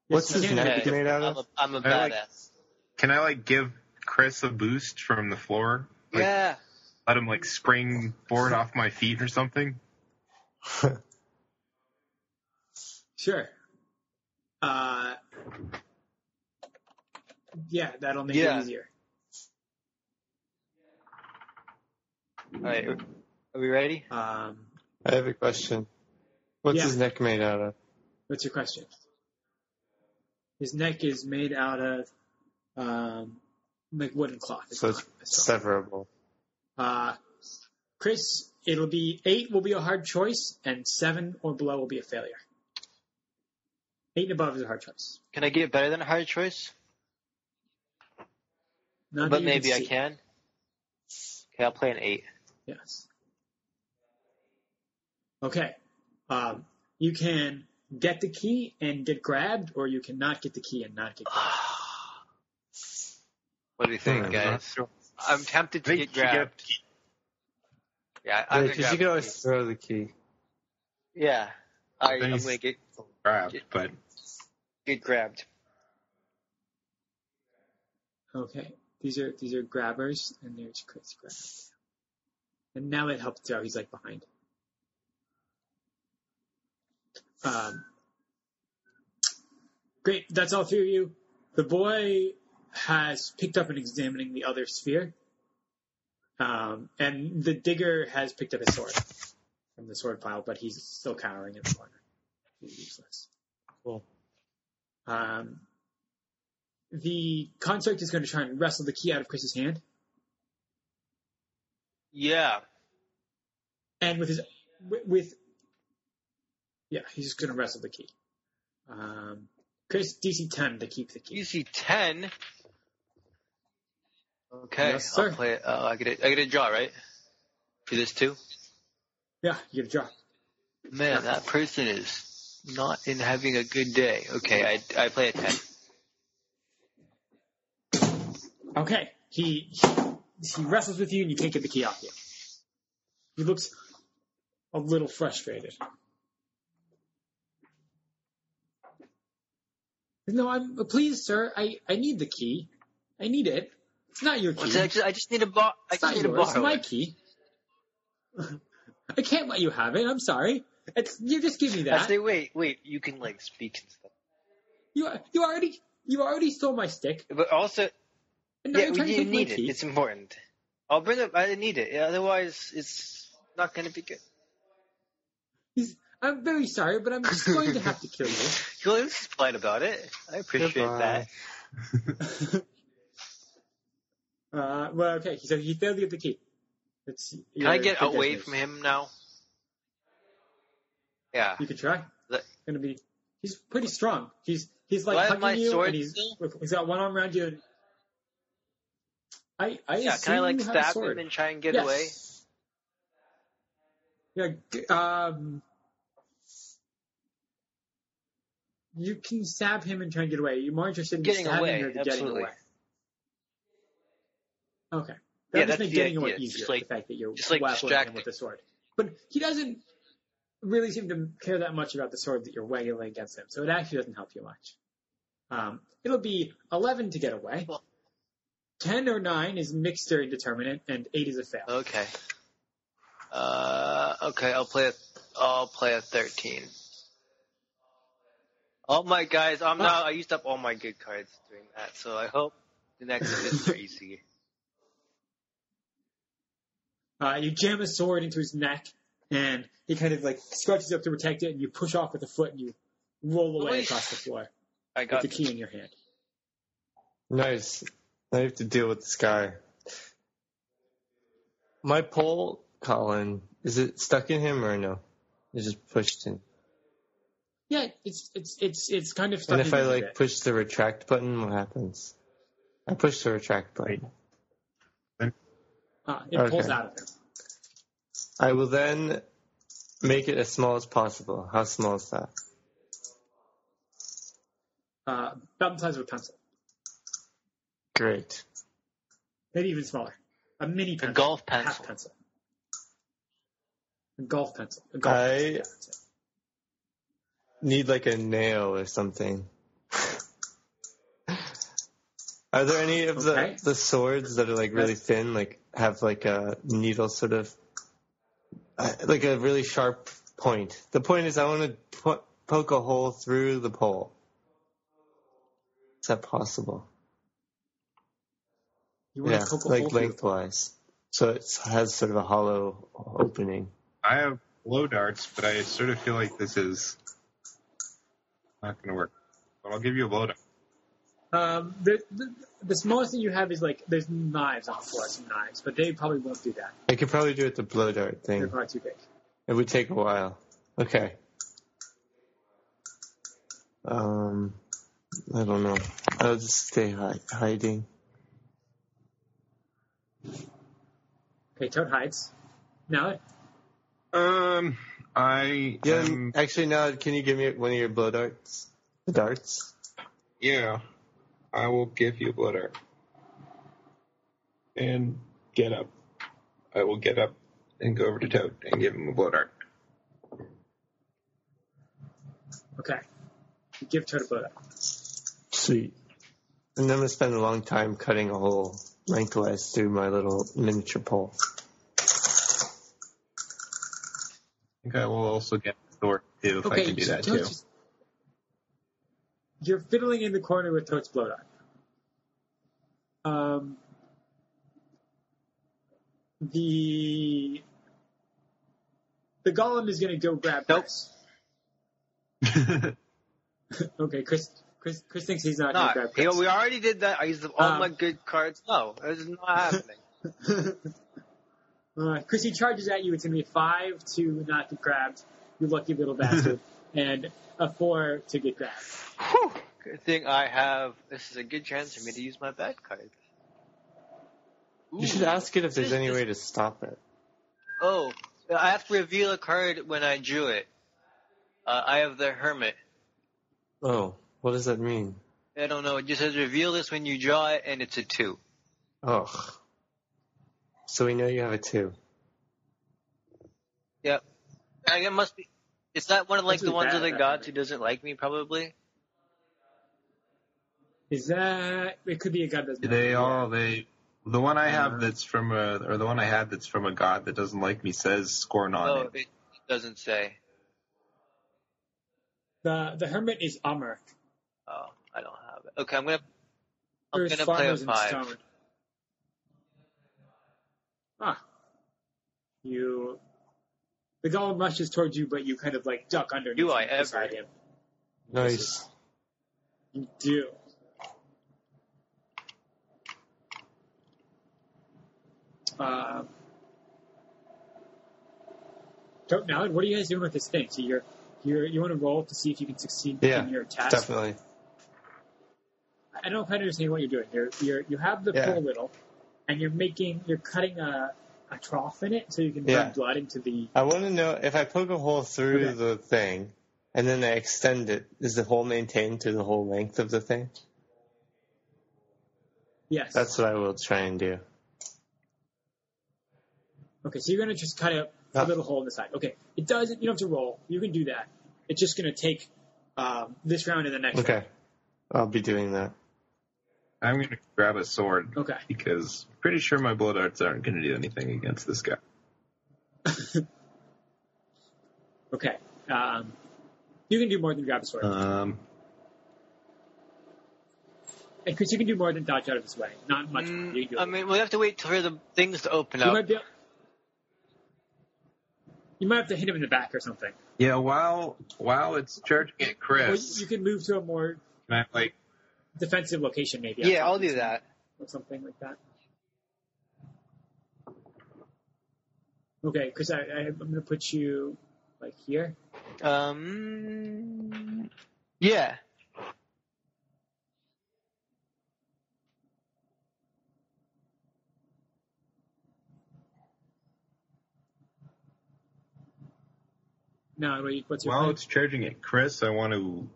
Speaker 3: What's
Speaker 1: Yes,
Speaker 3: his
Speaker 1: you can.
Speaker 3: neck made out
Speaker 2: I'm
Speaker 3: of?
Speaker 2: a, I'm a
Speaker 4: I like-
Speaker 2: badass.
Speaker 4: Can I like give Chris a boost from the floor Like-
Speaker 2: yeah.
Speaker 4: Let him like springboard off my feet or something.
Speaker 1: Sure. Uh, yeah, that'll make
Speaker 2: Yeah.
Speaker 1: it easier.
Speaker 2: All right. Are we ready?
Speaker 1: Um,
Speaker 3: I have a question. What's
Speaker 1: Yeah.
Speaker 3: his neck made out of?
Speaker 1: what's your question? His neck is made out of um, like wooden cloth.
Speaker 3: So it's severable.
Speaker 1: Uh, Chris, it'll be eight will be a hard choice, and seven or below will be a failure. Eight and above is a hard choice.
Speaker 2: Can I get better than a hard choice?
Speaker 1: Not that
Speaker 2: but
Speaker 1: you can
Speaker 2: maybe I
Speaker 1: see.
Speaker 2: can. Okay, I'll play an eight.
Speaker 1: Yes. Okay. Um, you can get the key and get grabbed, or you cannot get the key and not get grabbed.
Speaker 2: What do you think,
Speaker 3: Hmm.
Speaker 2: guys? I'm tempted to
Speaker 4: Think
Speaker 2: get
Speaker 4: you should get
Speaker 2: grabbed. Yeah, I'm gonna
Speaker 3: Because you
Speaker 2: grab
Speaker 3: could
Speaker 2: the
Speaker 3: always
Speaker 2: key.
Speaker 3: throw the key.
Speaker 2: Yeah, I,
Speaker 4: Then
Speaker 2: I'm
Speaker 4: he's-
Speaker 2: gonna get
Speaker 4: Grab, but
Speaker 2: get grabbed.
Speaker 1: Okay. These are these are grabbers, and there's Chris grab. And now it helped out. He's like behind. Um, great. That's all three of you. The boy has picked up and examining the other sphere, um, and the digger has picked up his sword from the sword pile, but he's still cowering in the corner. He's useless.
Speaker 3: Cool.
Speaker 1: Um, the construct is going to try and wrestle the key out of Chris's hand,
Speaker 2: Yeah,
Speaker 1: and with his with, with yeah, he's just going to wrestle the key. Um, Chris DC ten to keep the key.
Speaker 2: you see ten. Okay,
Speaker 1: Yes,
Speaker 2: I'll
Speaker 1: sir.
Speaker 2: play it. Oh, I get a, I get a draw, right? For this too.
Speaker 1: Yeah, you get a draw.
Speaker 2: Man, that person is not in having a good day. Okay, I I play a ten.
Speaker 1: Okay, he, he he wrestles with you, and you can't get the key off you. He looks a little frustrated. No, I'm please, sir. I I need the key. I need it. It's not your key.
Speaker 2: What's that? I just, I just need a bar. I
Speaker 1: It's not
Speaker 2: just need a
Speaker 1: yours. It's
Speaker 2: borrow.
Speaker 1: my
Speaker 2: it.
Speaker 1: key. I can't let you have it. I'm sorry. It's, you just give me
Speaker 2: I
Speaker 1: that.
Speaker 2: say, wait, wait. You can like speak and stuff,
Speaker 1: You you already you already stole my stick.
Speaker 2: but also
Speaker 1: And now
Speaker 2: Yeah,
Speaker 1: you're
Speaker 2: we
Speaker 1: trying to
Speaker 2: do
Speaker 1: take my
Speaker 2: need it.
Speaker 1: key.
Speaker 2: It's important. I'll bring it. I need it. Yeah, Otherwise, it's not going to be good.
Speaker 1: He's- I'm very sorry, but I'm just going to have to kill you.
Speaker 2: Well, at least he's polite about it. I appreciate
Speaker 3: Goodbye.
Speaker 2: that.
Speaker 1: Uh, well, okay. So he failed to get the key. It's,
Speaker 2: Can I get away from him now? Yeah.
Speaker 1: You could try.
Speaker 2: Let-
Speaker 1: It's gonna be. He's pretty strong. He's he's
Speaker 2: Do I
Speaker 1: like
Speaker 2: have my
Speaker 1: hugging you,
Speaker 2: sword
Speaker 1: and he's
Speaker 2: still?
Speaker 1: he's got one arm around you. And I I
Speaker 2: Yeah. Can I
Speaker 1: assume
Speaker 2: like
Speaker 1: you have a
Speaker 2: stab
Speaker 1: sword.
Speaker 2: him and try and get
Speaker 1: Yes.
Speaker 2: away?
Speaker 1: Yeah, g- um, you can stab him and try and get away. You're more interested in
Speaker 2: Getting
Speaker 1: stabbing
Speaker 2: away,
Speaker 1: or the
Speaker 2: absolutely.
Speaker 1: getting away. Okay. That
Speaker 2: Yeah,
Speaker 1: just
Speaker 2: that's
Speaker 1: makes
Speaker 2: the
Speaker 1: getting away
Speaker 2: idea. Just
Speaker 1: easier.
Speaker 2: like-
Speaker 1: the fact that you're
Speaker 2: just like
Speaker 1: waffling him
Speaker 2: distracting.
Speaker 1: with the sword, but he doesn't really seem to care that much about the sword that you're waggling against him, so it actually doesn't help you much. Um, it'll be eleven to get away.
Speaker 2: Well-
Speaker 1: Ten or nine is mixed or indeterminate, and eight is a fail.
Speaker 2: Okay. Uh. Okay. I'll play. A, I'll play a thirteen. Oh my guys! I'm now. I used up all my good cards doing that, so I hope the next is easy.
Speaker 1: Uh, you jam a sword into his neck, and he kind of like scratches up to protect it, and you push off with a foot, and you roll away
Speaker 2: Nice.
Speaker 1: across the floor
Speaker 2: I
Speaker 1: with
Speaker 2: got
Speaker 1: the key in your hand.
Speaker 3: Nice. Now you have to deal with this guy. My pole, Colin, is it stuck in him or no? It's just pushed in.
Speaker 1: Yeah, it's it's it's it's kind of stuck.
Speaker 3: And if
Speaker 1: in
Speaker 3: I
Speaker 1: you a
Speaker 3: like
Speaker 1: bit.
Speaker 3: push the retract button, what happens? I push the retract button.
Speaker 1: uh, it
Speaker 3: okay.
Speaker 1: pulls out of him.
Speaker 3: I will then make it as small as possible. How small is that?
Speaker 1: Uh, about the size of a pencil,
Speaker 3: Great.
Speaker 1: maybe even smaller. A mini pencil,
Speaker 2: golf
Speaker 1: a half
Speaker 2: pencil.
Speaker 1: pencil, a golf pencil, a golf.
Speaker 3: I
Speaker 1: pencil.
Speaker 3: need like a nail or something. Are there any of the
Speaker 1: Okay.
Speaker 3: the swords that are like really thin, like have like a needle sort of, uh, like a really sharp point? The point is, I want to po- poke a hole through the pole. Is that possible?
Speaker 1: You want
Speaker 3: Yeah,
Speaker 1: to poke a hole
Speaker 3: like
Speaker 1: through the-
Speaker 3: lengthwise. So it has sort of a hollow opening.
Speaker 4: I have blow darts, but I sort of feel like this is not going to work. But I'll give you a blow dart.
Speaker 1: Um, the, the, the smallest thing you have is like there's knives on the floor, some knives, but they probably won't do that.
Speaker 3: I could probably do it the blow dart
Speaker 1: They're
Speaker 3: thing.
Speaker 1: probably too big.
Speaker 3: It would take a while. Okay. Um, I don't know. I'll just stay hi- hiding.
Speaker 1: Okay, Toad hides. Now,
Speaker 4: Um, I
Speaker 3: Yeah.
Speaker 4: am-
Speaker 3: Um, actually, now can you give me one of your blow darts? The darts.
Speaker 4: yeah, I will give you a blow dart. And get up. I will get up and go over to Toad and give him a blow dart.
Speaker 1: okay, you give Toad a blow up.
Speaker 3: Sweet. And I'm gonna spend a long time cutting a hole lengthwise through my little miniature pole.
Speaker 4: I think I will also get Thor too if I
Speaker 1: Okay,
Speaker 4: can do
Speaker 1: so
Speaker 4: that
Speaker 1: Toad
Speaker 4: too.
Speaker 1: just- you're fiddling in the corner with Toad's blow dart. Um, the the golem is going to go grab.
Speaker 5: Nope.
Speaker 1: Chris. Okay, Chris. Chris. Chris thinks he's not
Speaker 5: No,
Speaker 1: going to
Speaker 5: he-
Speaker 1: grab.
Speaker 5: we already did that. I used up all
Speaker 1: Um,
Speaker 5: my good cards. No, it's not happening.
Speaker 1: Chris. uh, Chris, he charges at you. It's going to be a five to not get grabbed. You lucky little bastard, and a four to get grabbed.
Speaker 5: Whew, good thing I have. This is a good chance for me to use my bad card.
Speaker 3: You should
Speaker 5: Ooh.
Speaker 3: ask it if there's
Speaker 5: This-
Speaker 3: any
Speaker 5: this-
Speaker 3: way to stop it.
Speaker 5: Oh, I have to reveal a card when I drew it. Uh, I have the Hermit.
Speaker 3: Oh, what does that mean?
Speaker 5: I don't know. It just says reveal this when you draw it, and it's a two.
Speaker 3: Ugh. So we know you have a two.
Speaker 5: Yep. I, it must be. Is that one of like
Speaker 1: That's
Speaker 5: the
Speaker 1: really
Speaker 5: ones
Speaker 1: bad,
Speaker 5: of the
Speaker 1: that
Speaker 5: gods
Speaker 1: Hermit.
Speaker 5: who doesn't like me? Probably.
Speaker 1: Is that? It could be a god doesn't.
Speaker 4: They all they the one I
Speaker 1: Uh,
Speaker 4: have that's from a or the one I had that's from a god that doesn't like me says scorn on
Speaker 5: Oh,
Speaker 4: it.
Speaker 5: it, it doesn't say.
Speaker 1: The the hermit is Amr.
Speaker 5: Oh, I don't have it. Okay, I'm gonna. I'm
Speaker 1: There's
Speaker 5: gonna play a
Speaker 1: farmers in
Speaker 5: five.
Speaker 1: stone. Ah, you. The golem rushes towards you, but you kind of like duck underneath.
Speaker 5: Do I
Speaker 1: him, beside
Speaker 5: ever?
Speaker 1: Him.
Speaker 3: Nice.
Speaker 1: You do. Um, don't now. What are you guys doing with this thing? So you're, you're you want to roll to see if you can succeed
Speaker 3: Yeah,
Speaker 1: in your task.
Speaker 3: Definitely.
Speaker 1: I don't quite understand what you're doing. You're you're you have the
Speaker 3: Yeah.
Speaker 1: pool riddle, and you're making you're cutting a, a trough in it so you can
Speaker 3: Yeah.
Speaker 1: run blood into the.
Speaker 3: I want to know if I poke a hole through
Speaker 1: Okay.
Speaker 3: the thing and then I extend it, is the hole maintained to the whole length of the thing?
Speaker 1: Yes.
Speaker 3: That's what I will try and do.
Speaker 1: okay. So you're gonna just cut out a
Speaker 3: Ah.
Speaker 1: little hole in the side. Okay. It doesn't. You don't have to roll. You can do that. It's just gonna take um, this round and the next.
Speaker 3: Okay. I'll be doing that.
Speaker 4: I'm gonna grab a sword
Speaker 1: Round. Okay.
Speaker 4: because I'm pretty sure my blood darts aren't gonna do anything against this guy.
Speaker 1: Okay. Um, you can do more than grab a
Speaker 5: Uh.
Speaker 1: sword.
Speaker 4: Um
Speaker 1: Because you can do more than dodge out of his way. Not much. more.
Speaker 5: Mm,
Speaker 1: You can do
Speaker 5: I
Speaker 1: it.
Speaker 5: mean, we have to wait for the things to open
Speaker 1: you
Speaker 5: up.
Speaker 1: might be. You might have to hit him in the back or something.
Speaker 4: yeah, while while it's charging at
Speaker 1: Or
Speaker 4: Chris,
Speaker 1: you can move to a more
Speaker 4: can I like
Speaker 1: defensive location maybe.
Speaker 5: Yeah, I'll do that.
Speaker 1: Or something like that. Okay, because I, I, I'm going to put you like here.
Speaker 5: Um. Yeah.
Speaker 1: No, wait, what's your
Speaker 4: while
Speaker 1: plan?
Speaker 4: it's charging at Chris, I want to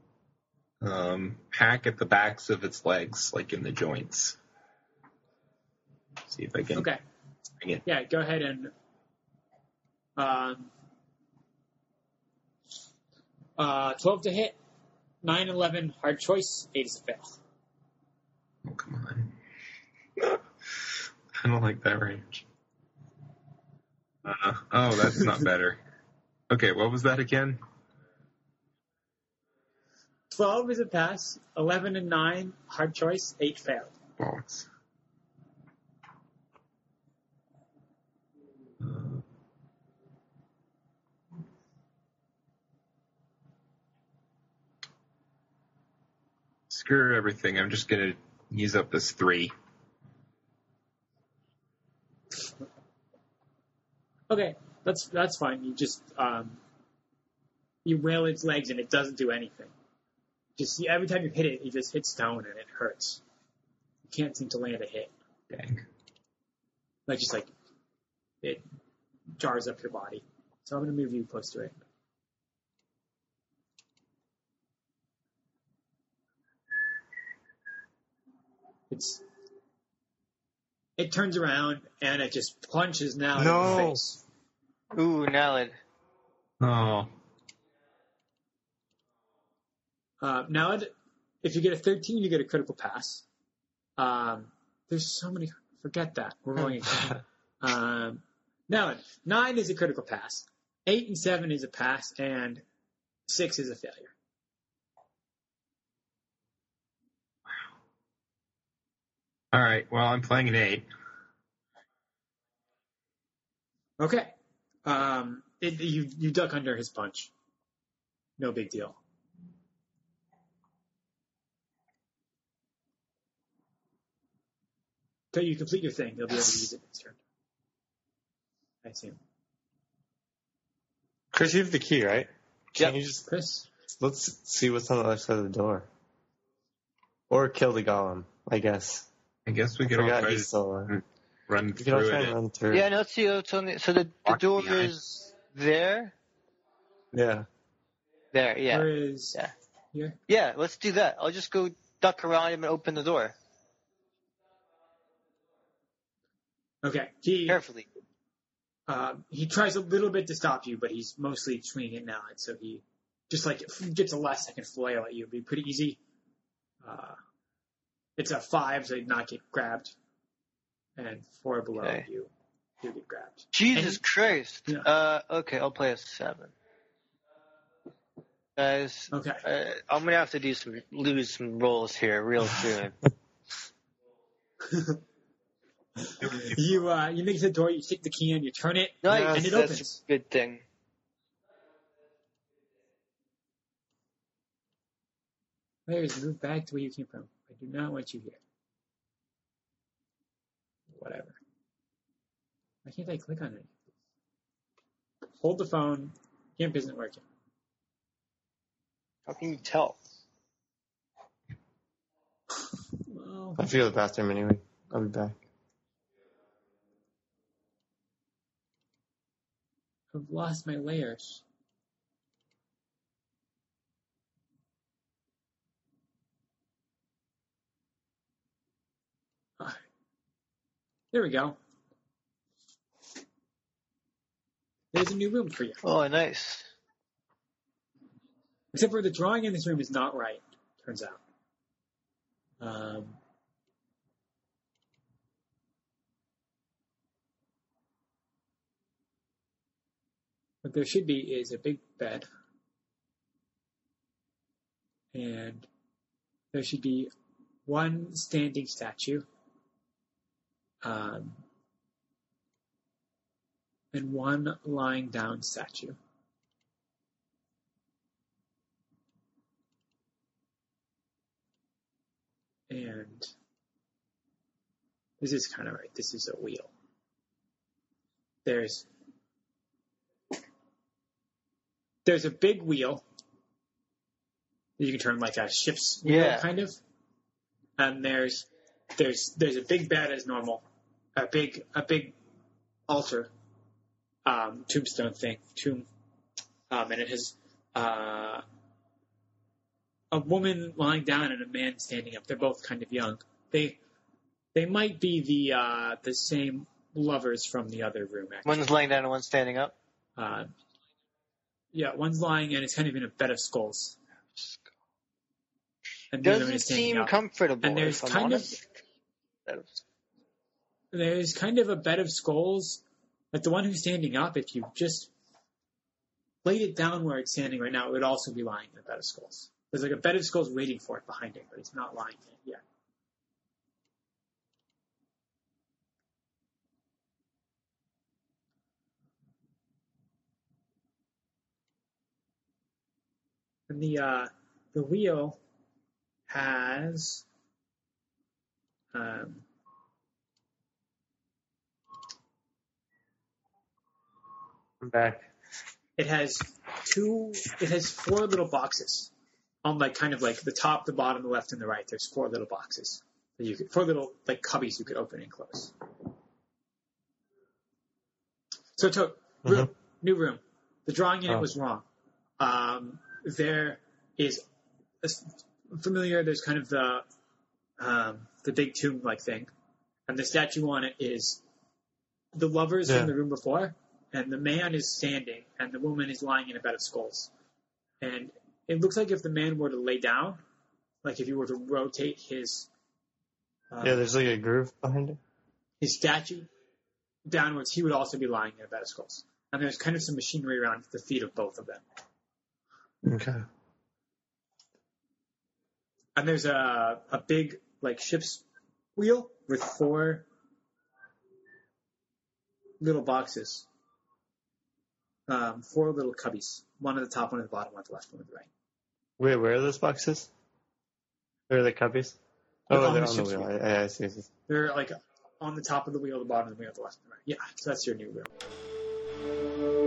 Speaker 4: um hack at the backs of its legs, like in the joints. See if I can
Speaker 1: Okay.
Speaker 4: bring it.
Speaker 1: Yeah, go ahead and. Um, uh, 12 to hit, 9, 11, hard choice, 8 is a fail.
Speaker 4: Oh come on. I don't like that range. Uh, oh, that's not better. Okay, what was that again?
Speaker 1: 12 is a pass, 11 and 9, hard choice, 8 failed.
Speaker 4: Balls. Screw everything. I'm just gonna use up this three.
Speaker 1: Okay, that's that's fine. You just um, you wail its legs and it doesn't do anything. Just you- every time you hit it, it just hits down and it hurts. You can't seem to land a hit.
Speaker 4: Dang.
Speaker 1: Like just like it jars up your body. So I'm gonna move you close to it. It's it turns around and it just punches now in
Speaker 3: No.
Speaker 1: the face.
Speaker 2: Ooh, now it.
Speaker 4: Oh,
Speaker 1: Uh, now, it- if you get a 13, you get a critical pass. Um, there's so many. Forget that. We're rolling again. um, now, it- nine is a critical pass. Eight and seven is a pass, and six is a failure.
Speaker 4: all right. Well, I'm playing an eight.
Speaker 1: Okay. Um, it, you you duck under his punch. No big deal. So you complete your thing. You'll be able to use it next turn. I assume.
Speaker 3: Chris, you have the key, right? Can you just
Speaker 1: Chris?
Speaker 3: let's see what's on the other side of the door, or kill the golem? I guess.
Speaker 4: I guess we
Speaker 3: I
Speaker 4: could all
Speaker 3: forgot
Speaker 4: try
Speaker 3: he's
Speaker 4: to
Speaker 3: still alive.
Speaker 4: run
Speaker 3: We could all
Speaker 4: through
Speaker 3: try
Speaker 4: it.
Speaker 3: and run through.
Speaker 2: Yeah, no, let's
Speaker 5: oh,
Speaker 2: see what's on the. So the, the
Speaker 4: Lock
Speaker 2: door
Speaker 4: behind.
Speaker 2: is there.
Speaker 3: Yeah.
Speaker 2: There, yeah.
Speaker 1: Where is
Speaker 2: Yeah.
Speaker 1: here?
Speaker 2: Yeah, let's do that. I'll just go duck around him and open the door
Speaker 1: Okay. He
Speaker 2: carefully.
Speaker 1: uh, he tries a little bit to stop you, but he's mostly swinging it now, and so he just like gets a last second flail at you. It'd be pretty easy. Uh, it's a five, so he'd not get grabbed, and four below
Speaker 2: Okay.
Speaker 1: you, you get grabbed.
Speaker 2: Jesus Christ.
Speaker 1: Yeah.
Speaker 2: Uh, okay, I'll play a seven. Guys,
Speaker 1: Okay.
Speaker 2: uh, I'm gonna have to do some lose some rolls here real soon.
Speaker 1: You uh, you make the door, you stick the key in, you turn it,
Speaker 2: nice,
Speaker 1: and it
Speaker 2: that's
Speaker 1: opens.
Speaker 2: a good thing.
Speaker 1: Players, move back to where you came from. I do not want you here. Whatever. Why can't I click on it? Hold the phone. Gimp isn't working.
Speaker 2: How can you tell?
Speaker 1: Well,
Speaker 3: I have to go to the bathroom anyway. I'll be back.
Speaker 1: I've lost my layers. Ah. There we go. There's a new room for you.
Speaker 2: Oh, nice.
Speaker 1: Except for the drawing in this room is not right, turns out. Um, what there should be is a big bed. And there should be one standing statue. Um, and one lying down statue. and this is kind of right. This is a wheel. There's there's a big wheel that you can turn like a ship's wheel,
Speaker 2: Yeah.
Speaker 1: kind of. And there's there's there's a big bed as normal, a big a big altar, um, tombstone thing, tomb, um, and it has uh, a woman lying down and a man standing up. They're both kind of young. They they might be the uh, the same lovers from the other room. Actually.
Speaker 2: One's laying down and one's standing up.
Speaker 1: Uh, yeah, one's lying and it's kind of in a bed of skulls. And the other one
Speaker 2: Doesn't
Speaker 1: is standing
Speaker 2: seem
Speaker 1: up.
Speaker 2: comfortable.
Speaker 1: And there's
Speaker 2: if I'm
Speaker 1: kind of-
Speaker 2: honest. That was-
Speaker 1: there's kind of a bed of skulls. Like the one who's standing up, if you just laid it down where it's standing right now, it would also be lying in a bed of skulls. There's like a bed of skulls waiting for it behind it, but it's not lying in it yet. And the uh, the wheel has um,
Speaker 3: I'm back.
Speaker 1: it has two it has four little boxes on like kind of like the top the bottom the left and the right there's four little boxes that you could, four little like cubbies you could open and close so to room,
Speaker 3: Mhm.
Speaker 1: new room the drawing in it
Speaker 3: Oh.
Speaker 1: was wrong um, there is a s- familiar there's kind of the um, the big tomb like thing and the statue on it is the lovers
Speaker 3: Yeah.
Speaker 1: from the room before and the man is standing and the woman is lying in a bed of skulls. And it looks like if the man were to lay down, like if you were to rotate his uh,
Speaker 3: Yeah, there's like a groove behind it.
Speaker 1: his statue downwards, he would also be lying in a bed of skulls. And there's kind of some machinery around the feet of both of them.
Speaker 3: Okay.
Speaker 1: And there's a a big like ship's wheel with four little boxes, um, four little cubbies, one at the top, one at the bottom, one at the left, one at the right.
Speaker 3: Wait, where are those boxes? Where are the cubbies?
Speaker 1: They're
Speaker 3: Oh,
Speaker 1: on
Speaker 3: they're
Speaker 1: the
Speaker 3: on the
Speaker 1: ship's
Speaker 3: wheel. I, I see. I see.
Speaker 1: They're like on the top of the wheel, the bottom of the wheel, the left and the right. Yeah, so that's your new wheel.